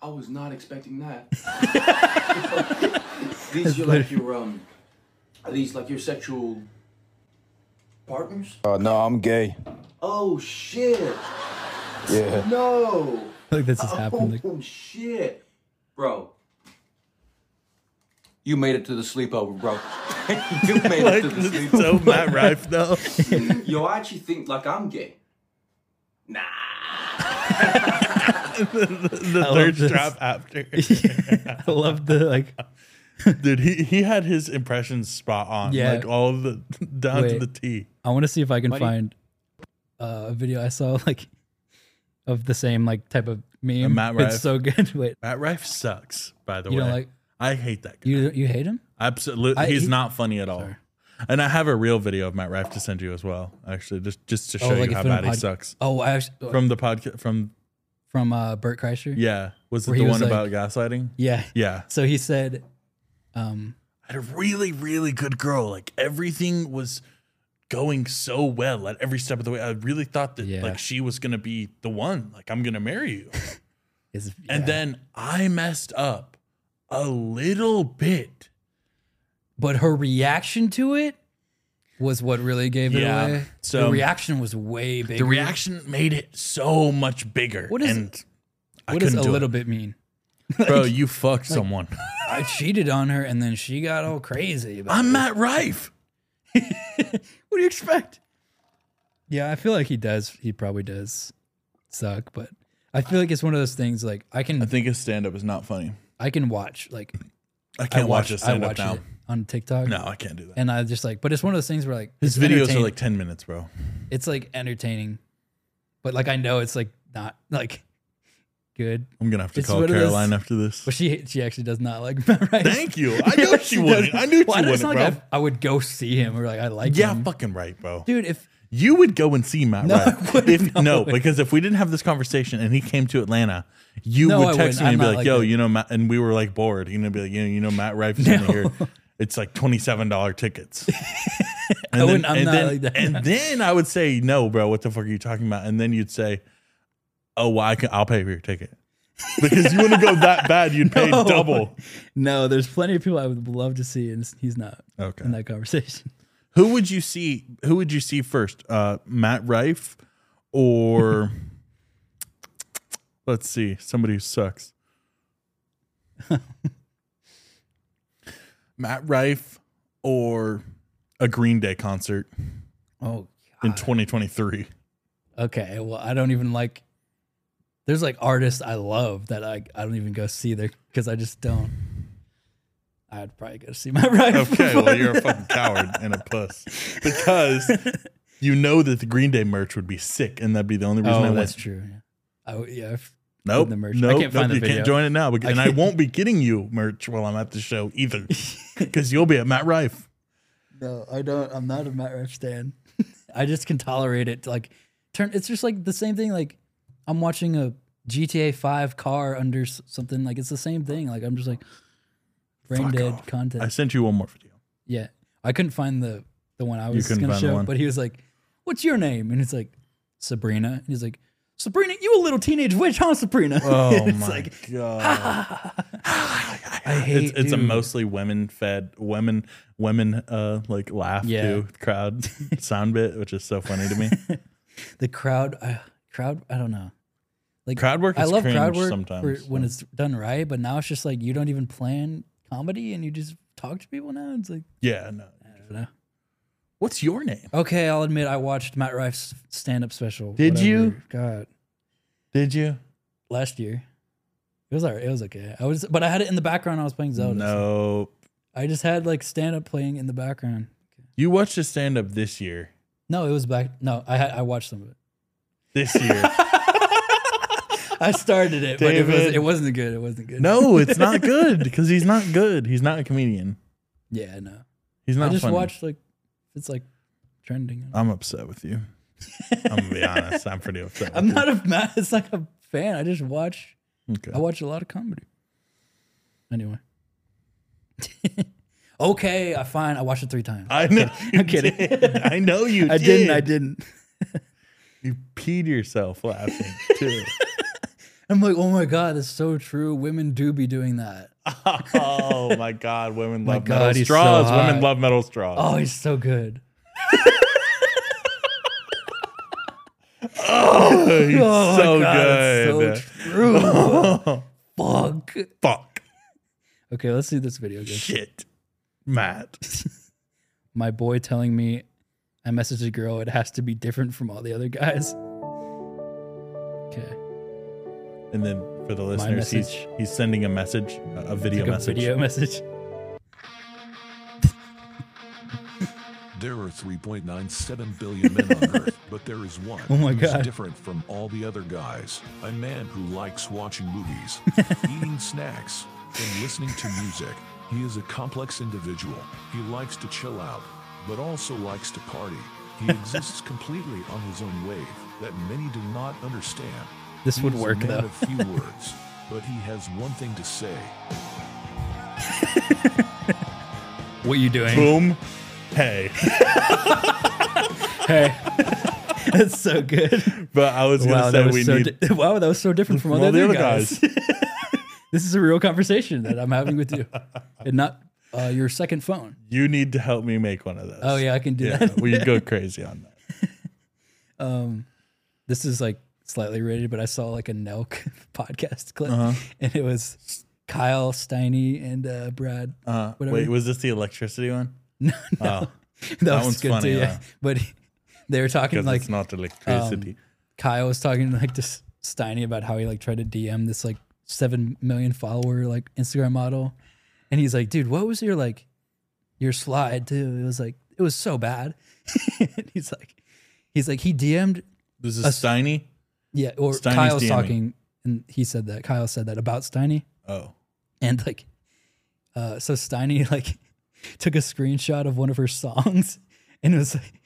Speaker 6: I was not expecting that. these are like your um, are these like your sexual partners?
Speaker 7: Uh, no, I'm gay.
Speaker 6: Oh shit!
Speaker 7: Yeah.
Speaker 6: No!
Speaker 1: Like this has happened. Like,
Speaker 6: Oh shit, bro. You made it to the sleepover, bro. you made
Speaker 2: Like
Speaker 6: it to the
Speaker 2: it's
Speaker 6: sleepover.
Speaker 2: so Matt Rife though.
Speaker 6: Yo, I actually think like I'm gay. Nah.
Speaker 2: The
Speaker 1: love
Speaker 2: third
Speaker 1: this.
Speaker 2: drop after.
Speaker 1: I love the like.
Speaker 2: Dude, he, he had his impressions spot on.
Speaker 1: Yeah.
Speaker 2: Like all of the down
Speaker 1: Wait.
Speaker 2: to the T.
Speaker 1: I want to see if I can find uh, a video I saw like of the same like type of meme.
Speaker 2: Matt Rife.
Speaker 1: It's so good. Wait,
Speaker 2: Matt Rife sucks, by the
Speaker 1: You
Speaker 2: way.
Speaker 1: don't like-
Speaker 2: I hate that guy.
Speaker 1: you you hate him?
Speaker 2: Absolutely
Speaker 1: I-
Speaker 2: he's
Speaker 1: he-
Speaker 2: not funny at all. And I have a real video of Matt Rife to send you as well, actually, just just to show
Speaker 1: Oh, like
Speaker 2: you how
Speaker 1: if in a
Speaker 2: bad he
Speaker 1: pod-
Speaker 2: sucks.
Speaker 1: Oh, I actually, from
Speaker 2: From the podcast from
Speaker 1: from uh, Bert Kreischer.
Speaker 2: yeah. Was it
Speaker 1: Where
Speaker 2: the
Speaker 1: he
Speaker 2: one
Speaker 1: was
Speaker 2: about gaslighting?
Speaker 1: yeah,
Speaker 2: Yeah.
Speaker 1: So he said, um,
Speaker 2: had a really, really good girl. Like everything was going so well at every step of the way. I really thought that
Speaker 1: Yeah.
Speaker 2: like she was gonna be the one. Like I'm gonna marry you.
Speaker 1: is
Speaker 2: And
Speaker 1: yeah.
Speaker 2: then I messed up a little bit.
Speaker 1: but her reaction to it was what really gave it
Speaker 2: Yeah.
Speaker 1: away.
Speaker 2: So-
Speaker 1: the reaction was way bigger.
Speaker 2: The reaction made it so much bigger.
Speaker 1: What is-
Speaker 2: and I
Speaker 1: What does
Speaker 2: couldn't
Speaker 1: a
Speaker 2: do
Speaker 1: little
Speaker 2: it.
Speaker 1: bit mean?
Speaker 2: bro? You fucked someone.
Speaker 1: I cheated on her, and then she got all crazy. About
Speaker 2: I'm
Speaker 1: it.
Speaker 2: Matt Rife.
Speaker 1: What do you expect? Yeah, I feel like he does. He probably does suck, but I feel like it's one of those things. Like I can, I,
Speaker 2: think his stand up is not funny.
Speaker 1: can watch. Like
Speaker 2: I
Speaker 1: I
Speaker 2: can't watch his stand
Speaker 1: I
Speaker 2: up
Speaker 1: watch
Speaker 2: now.
Speaker 1: it on TikTok.
Speaker 2: No, I can't do that.
Speaker 1: and I just like, but it's one of those things where like
Speaker 2: His
Speaker 1: it's
Speaker 2: videos are
Speaker 1: entertain-
Speaker 2: like ten minutes, bro.
Speaker 1: it's like entertaining, but like I know it's like not like good.
Speaker 2: I'm gonna have to
Speaker 1: It's
Speaker 2: call
Speaker 1: one of those-
Speaker 2: Caroline after this.
Speaker 1: But she she actually does not like Matt Rife.
Speaker 2: Thank you. I knew she wouldn't. I knew she
Speaker 1: Well, it's
Speaker 2: wouldn't,
Speaker 1: not
Speaker 2: bro.
Speaker 1: Like I, I would go see him or like I like
Speaker 2: yeah,
Speaker 1: him.
Speaker 2: fucking right, bro.
Speaker 1: dude. If
Speaker 2: You would go and see Matt
Speaker 1: No,
Speaker 2: Rife.
Speaker 1: I wouldn't.
Speaker 2: If, no,
Speaker 1: No, I wouldn't.
Speaker 2: because if we didn't have this conversation and he came to Atlanta, you
Speaker 1: No,
Speaker 2: would
Speaker 1: I wouldn't.
Speaker 2: text me
Speaker 1: I'm
Speaker 2: and be
Speaker 1: not
Speaker 2: like,
Speaker 1: like
Speaker 2: "Yo,
Speaker 1: that.
Speaker 2: you know," Matt, and we were like bored. You know, be like, "You know, you know, Matt Rife's in here. It's like twenty seven dollar tickets." And
Speaker 1: wouldn't- I'm
Speaker 2: and
Speaker 1: not
Speaker 2: then,
Speaker 1: like that.
Speaker 2: And then I would say, "No, bro, what the fuck are you talking about?" And then you'd say, "Oh, well, I can. I'll pay for your ticket."
Speaker 8: Because you wouldn't go that bad, you'd pay double.
Speaker 1: Oh, No, there's plenty of people I would love to see, and he's not
Speaker 2: Okay.
Speaker 1: in that conversation.
Speaker 2: Who would you see? Who would you see first? Uh, Matt Rife, or let's see, somebody who sucks. Matt Rife or a Green Day concert
Speaker 1: Oh,
Speaker 2: in 2023.
Speaker 1: okay. Well, I don't even like. There's like artists I love that I I don't even go see there because I just don't. I'd probably go see my right.
Speaker 2: Okay, well you're a fucking coward and a puss because you know that the Green Day merch would be sick, and that'd be the only reason I
Speaker 1: Oh,
Speaker 2: went.
Speaker 1: that's true. Yeah. I w yeah. If,
Speaker 2: Nope.
Speaker 1: in the merch. I
Speaker 2: Nope.
Speaker 1: can't find
Speaker 2: nope,
Speaker 1: the
Speaker 2: you
Speaker 1: video.
Speaker 2: can't join it now. Because, and I
Speaker 1: can't-
Speaker 2: won't be getting you merch while I'm at the show either. Because you'll be at Matt Rife.
Speaker 1: no, I don't. I'm not a Matt Rife stan. I just can tolerate it. Like, turn. It's just like the same thing. Like, I'm watching a GTA Five car under s- something. Like, it's the same thing. Like, I'm just like brain
Speaker 2: Fuck
Speaker 1: dead
Speaker 2: off.
Speaker 1: content.
Speaker 2: I sent you one more video.
Speaker 1: Yeah. I couldn't find the the one I was
Speaker 2: couldn't
Speaker 1: gonna
Speaker 2: find the
Speaker 1: show,
Speaker 2: one?
Speaker 1: but he was like, What's your name? And it's like, Sabrina. And he's like, Sabrina, you a little teenage witch, huh, Sabrina?
Speaker 2: Oh
Speaker 1: it's
Speaker 2: my
Speaker 1: like
Speaker 2: god!
Speaker 1: I hate
Speaker 2: It's, it's a
Speaker 1: dude.
Speaker 2: mostly women fed women women uh like laugh
Speaker 1: Yeah.
Speaker 2: to crowd sound bit, which is so funny to me.
Speaker 1: the crowd uh, crowd I don't know. Like
Speaker 2: Crowd work
Speaker 1: I
Speaker 2: is
Speaker 1: love crowd
Speaker 2: cringe
Speaker 1: work
Speaker 2: sometimes,
Speaker 1: for when
Speaker 2: so.
Speaker 1: it's done right, but now it's just like you don't even plan comedy and you just talk to people now. It's like
Speaker 2: Yeah, no.
Speaker 1: I don't know.
Speaker 2: What's your name?
Speaker 1: Okay, I'll admit I watched Matt Rife's stand up special.
Speaker 2: Did you?
Speaker 1: God.
Speaker 2: Did you?
Speaker 1: Last year. It was alright. It was okay. I was but I had it in the background I was playing Zelda. so-
Speaker 2: No.
Speaker 1: I just had like stand up playing in the background.
Speaker 2: You watched a stand up this year.
Speaker 1: No, it was back. No, I had I watched some of it.
Speaker 2: This year.
Speaker 1: I started it, but it, was,
Speaker 2: David.
Speaker 1: it wasn't good. It wasn't good.
Speaker 2: no, it's not good because he's not good. He's not a comedian.
Speaker 1: Yeah, no.
Speaker 2: He's
Speaker 1: I
Speaker 2: not
Speaker 1: just
Speaker 2: funny.
Speaker 1: watched like it's like trending.
Speaker 2: I'm upset with you. I'm gonna be honest. I'm pretty upset.
Speaker 1: I'm
Speaker 2: with
Speaker 1: not a mad. It's like a fan. I just watch.
Speaker 2: you. Okay.
Speaker 1: I watch a lot of comedy. Anyway. okay, I fine. I watched it three times.
Speaker 2: I know. You
Speaker 1: I'm kidding.
Speaker 2: did. I know you.
Speaker 1: I
Speaker 2: did.
Speaker 1: didn't. I didn't.
Speaker 2: You peed yourself laughing too.
Speaker 1: I'm like, oh my god, that's so true. Women do be doing that.
Speaker 2: oh my god, women love
Speaker 1: God,
Speaker 2: metal
Speaker 1: he's so
Speaker 2: straws.
Speaker 1: hot.
Speaker 2: women love metal straws.
Speaker 1: Oh, he's so good.
Speaker 2: he's
Speaker 1: Oh
Speaker 2: so
Speaker 1: my God,
Speaker 2: good.
Speaker 1: it's so true. Fuck.
Speaker 2: Fuck.
Speaker 1: Okay, let's see this video. Again.
Speaker 2: Shit. Matt.
Speaker 1: My boy telling me I messaged a girl. It has to be different from all the other guys. Okay,
Speaker 2: And then for the listeners, he's
Speaker 1: message.
Speaker 2: he's sending a message, a a video
Speaker 1: like a
Speaker 2: message.
Speaker 1: video message.
Speaker 9: There are 3.97 billion men on Earth, but there is one
Speaker 1: Oh my
Speaker 9: who's
Speaker 1: God.
Speaker 9: different from all the other guys. A man who likes watching movies, eating snacks, and listening to music. He is a complex individual. He likes to chill out, but also likes to party. He exists completely on his own wave that many do not understand.
Speaker 1: This
Speaker 9: He
Speaker 1: would
Speaker 9: is a
Speaker 1: work,
Speaker 9: man
Speaker 1: though.
Speaker 9: of few words, but he has one thing to say.
Speaker 1: What you doing?
Speaker 2: Boom. Hey.
Speaker 1: hey, that's so good.
Speaker 2: But I was gonna
Speaker 1: Wow, that
Speaker 2: say
Speaker 1: was
Speaker 2: we
Speaker 1: so
Speaker 2: need
Speaker 1: di- wow, that was so different from all the other guys. this is a real conversation that I'm having with you, and not uh, your second phone.
Speaker 2: You need to help me make one of those.
Speaker 1: Oh yeah, I can do
Speaker 2: Yeah,
Speaker 1: that.
Speaker 2: we go crazy on that.
Speaker 1: this is like slightly rated, but I saw like a Nelk podcast clip,
Speaker 2: Uh-huh.
Speaker 1: and it was Kyle Steiny and uh, Brad.
Speaker 2: Uh,
Speaker 1: Whatever.
Speaker 2: Wait, was this the electricity one?
Speaker 1: no, no,
Speaker 2: Oh,
Speaker 1: that,
Speaker 2: one's
Speaker 1: was good
Speaker 2: funny,
Speaker 1: too. Yeah,
Speaker 2: though.
Speaker 1: but they were talking
Speaker 2: because
Speaker 1: like um,
Speaker 2: it's not electricity.
Speaker 1: Kyle was talking like to S- Steiny about how he like tried to DM this like seven million follower like Instagram model, and he's like, dude, what was your like your slide too? It was like it was so bad. and he's like, he's like he DM'd
Speaker 2: this is Steiny.
Speaker 1: Yeah, or
Speaker 2: Steiny's
Speaker 1: Kyle's
Speaker 2: DMing.
Speaker 1: talking, and he said that Kyle said that about Steiny,
Speaker 2: Oh,
Speaker 1: and like, uh, so Steiny like took a screenshot of one of her songs, and it was like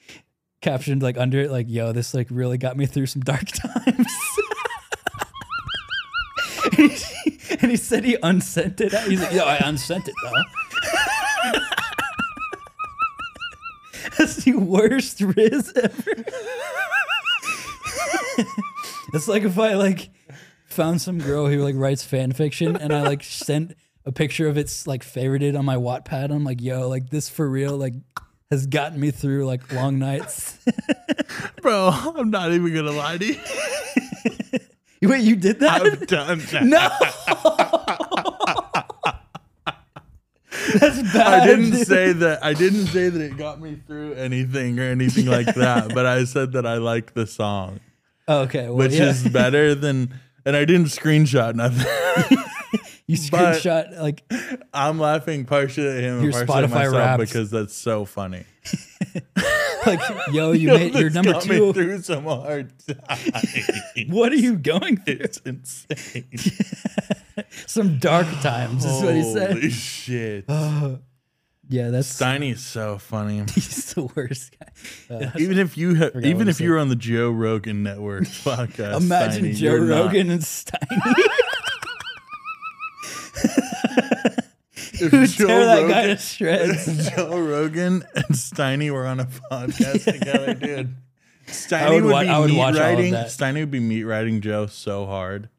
Speaker 1: captioned like under it like, "Yo, this like really got me through some dark times." and, he, and he said he unsent it. He's like, "Yo, I unsent it though." That's the worst Riz ever. It's like if I like found some girl who like writes fan fiction, and I like sent a picture of it's like favorited on my Wattpad. I'm like, yo, like this for real, like has gotten me through like long nights.
Speaker 2: Bro, I'm not even gonna lie to you.
Speaker 1: Wait, you did that?
Speaker 2: I've done that.
Speaker 1: no. That's bad.
Speaker 2: I didn't
Speaker 1: dude.
Speaker 2: say that. I didn't say that it got me through anything or anything like that. But I said that I liked the song,
Speaker 1: Oh, Okay, well,
Speaker 2: which
Speaker 1: yeah.
Speaker 2: is better than. And I didn't screenshot nothing.
Speaker 1: you
Speaker 2: but-
Speaker 1: screenshot like
Speaker 2: I'm laughing partially at him
Speaker 1: Your
Speaker 2: and partially at
Speaker 1: Spotify
Speaker 2: myself
Speaker 1: Wrapped.
Speaker 2: because that's so funny.
Speaker 1: like yo, you
Speaker 2: Yo,
Speaker 1: made your
Speaker 2: this
Speaker 1: number
Speaker 2: got
Speaker 1: two.
Speaker 2: Me through some hard times.
Speaker 1: What are you going through?
Speaker 2: it's insane.
Speaker 1: Some dark times is what he
Speaker 2: Holy
Speaker 1: said.
Speaker 2: shit.
Speaker 1: Yeah, that's
Speaker 2: Steiny is so funny.
Speaker 1: he's the worst guy. Uh,
Speaker 2: even if you ha-
Speaker 1: what
Speaker 2: even
Speaker 1: he
Speaker 2: if
Speaker 1: said.
Speaker 2: you were on the Joe Rogan network podcast,
Speaker 1: imagine
Speaker 2: Steiny,
Speaker 1: Joe
Speaker 2: you're not.
Speaker 1: Rogan and Steiny.
Speaker 2: If
Speaker 1: would
Speaker 2: Joe
Speaker 1: tear that guy
Speaker 2: Rogan-
Speaker 1: to shreds.
Speaker 2: Joe Rogan and Steiny were on a podcast together, dude. Steiny
Speaker 1: would
Speaker 2: would,
Speaker 1: wa-
Speaker 2: be
Speaker 1: I would
Speaker 2: meat
Speaker 1: watch all of
Speaker 2: riding.
Speaker 1: that.
Speaker 2: Steiny would be meat riding Joe so hard.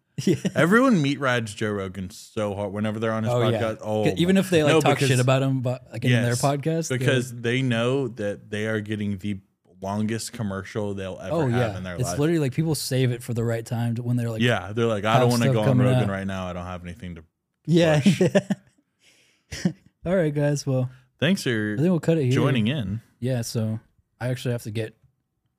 Speaker 2: Everyone meat rides Joe Rogan so hard whenever they're on his
Speaker 1: Oh yeah.
Speaker 2: podcast. Oh,
Speaker 1: Even
Speaker 2: my-
Speaker 1: if they like
Speaker 2: No,
Speaker 1: talk
Speaker 2: because-
Speaker 1: shit about him, but like in their
Speaker 2: Yes,
Speaker 1: podcast, they-
Speaker 2: because they know that they are getting the longest commercial they'll ever
Speaker 1: oh
Speaker 2: have
Speaker 1: yeah,
Speaker 2: in their
Speaker 1: it's
Speaker 2: life.
Speaker 1: literally like people save it for the right time to, when they're like
Speaker 2: yeah, they're like, I
Speaker 1: have
Speaker 2: don't want to
Speaker 1: stuff
Speaker 2: go on
Speaker 1: coming
Speaker 2: Rogan
Speaker 1: out.
Speaker 2: right now. I don't have anything to.
Speaker 1: yeah.
Speaker 2: Flush.
Speaker 1: All right, guys. Well,
Speaker 2: Thanks
Speaker 1: I think
Speaker 2: for
Speaker 1: we'll cut it here.
Speaker 2: joining in.
Speaker 1: Yeah, so I actually have to get,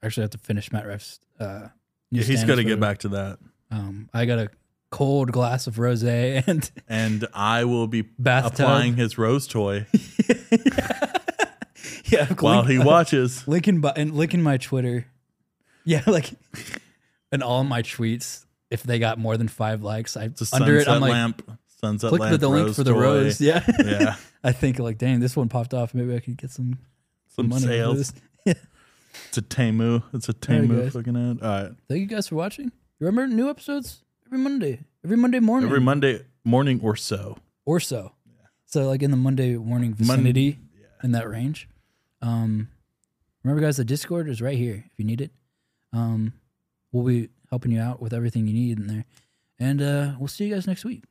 Speaker 1: I actually have to finish Matt Ref's. Uh, new
Speaker 2: Yeah, he's
Speaker 1: standards
Speaker 2: got to
Speaker 1: for
Speaker 2: get
Speaker 1: the-
Speaker 2: back to that.
Speaker 1: Um, I got a cold glass of rosé and
Speaker 2: And I will be
Speaker 1: Bathtub.
Speaker 2: applying his rose toy
Speaker 1: yeah,
Speaker 2: while he
Speaker 1: link-
Speaker 2: watches.
Speaker 1: licking bu- and licking my Twitter. Yeah, like and all my tweets. If they got more than five likes, I
Speaker 2: It's a
Speaker 1: under it.
Speaker 2: sunset
Speaker 1: I'm like,
Speaker 2: lamp. Sunset
Speaker 1: click
Speaker 2: lamp.
Speaker 1: the link
Speaker 2: rose
Speaker 1: for the
Speaker 2: toy.
Speaker 1: rose. Yeah,
Speaker 2: Yeah.
Speaker 1: I think like, dang, this one popped off. Maybe I could get some
Speaker 2: Some
Speaker 1: money. for
Speaker 2: sales.
Speaker 1: this.
Speaker 2: It's a Temu. It's a
Speaker 1: right,
Speaker 2: Temu
Speaker 1: guys.
Speaker 2: fucking ad. All right.
Speaker 1: Thank you guys for watching. Remember new episodes every Monday, every Monday morning,
Speaker 2: Every Monday morning or so.
Speaker 1: or so. So like in the Monday morning vicinity, in that range. Um, remember, guys, the Discord is right here if you need it. Um, we'll be helping you out with everything you need in there, and uh, we'll see you guys next week.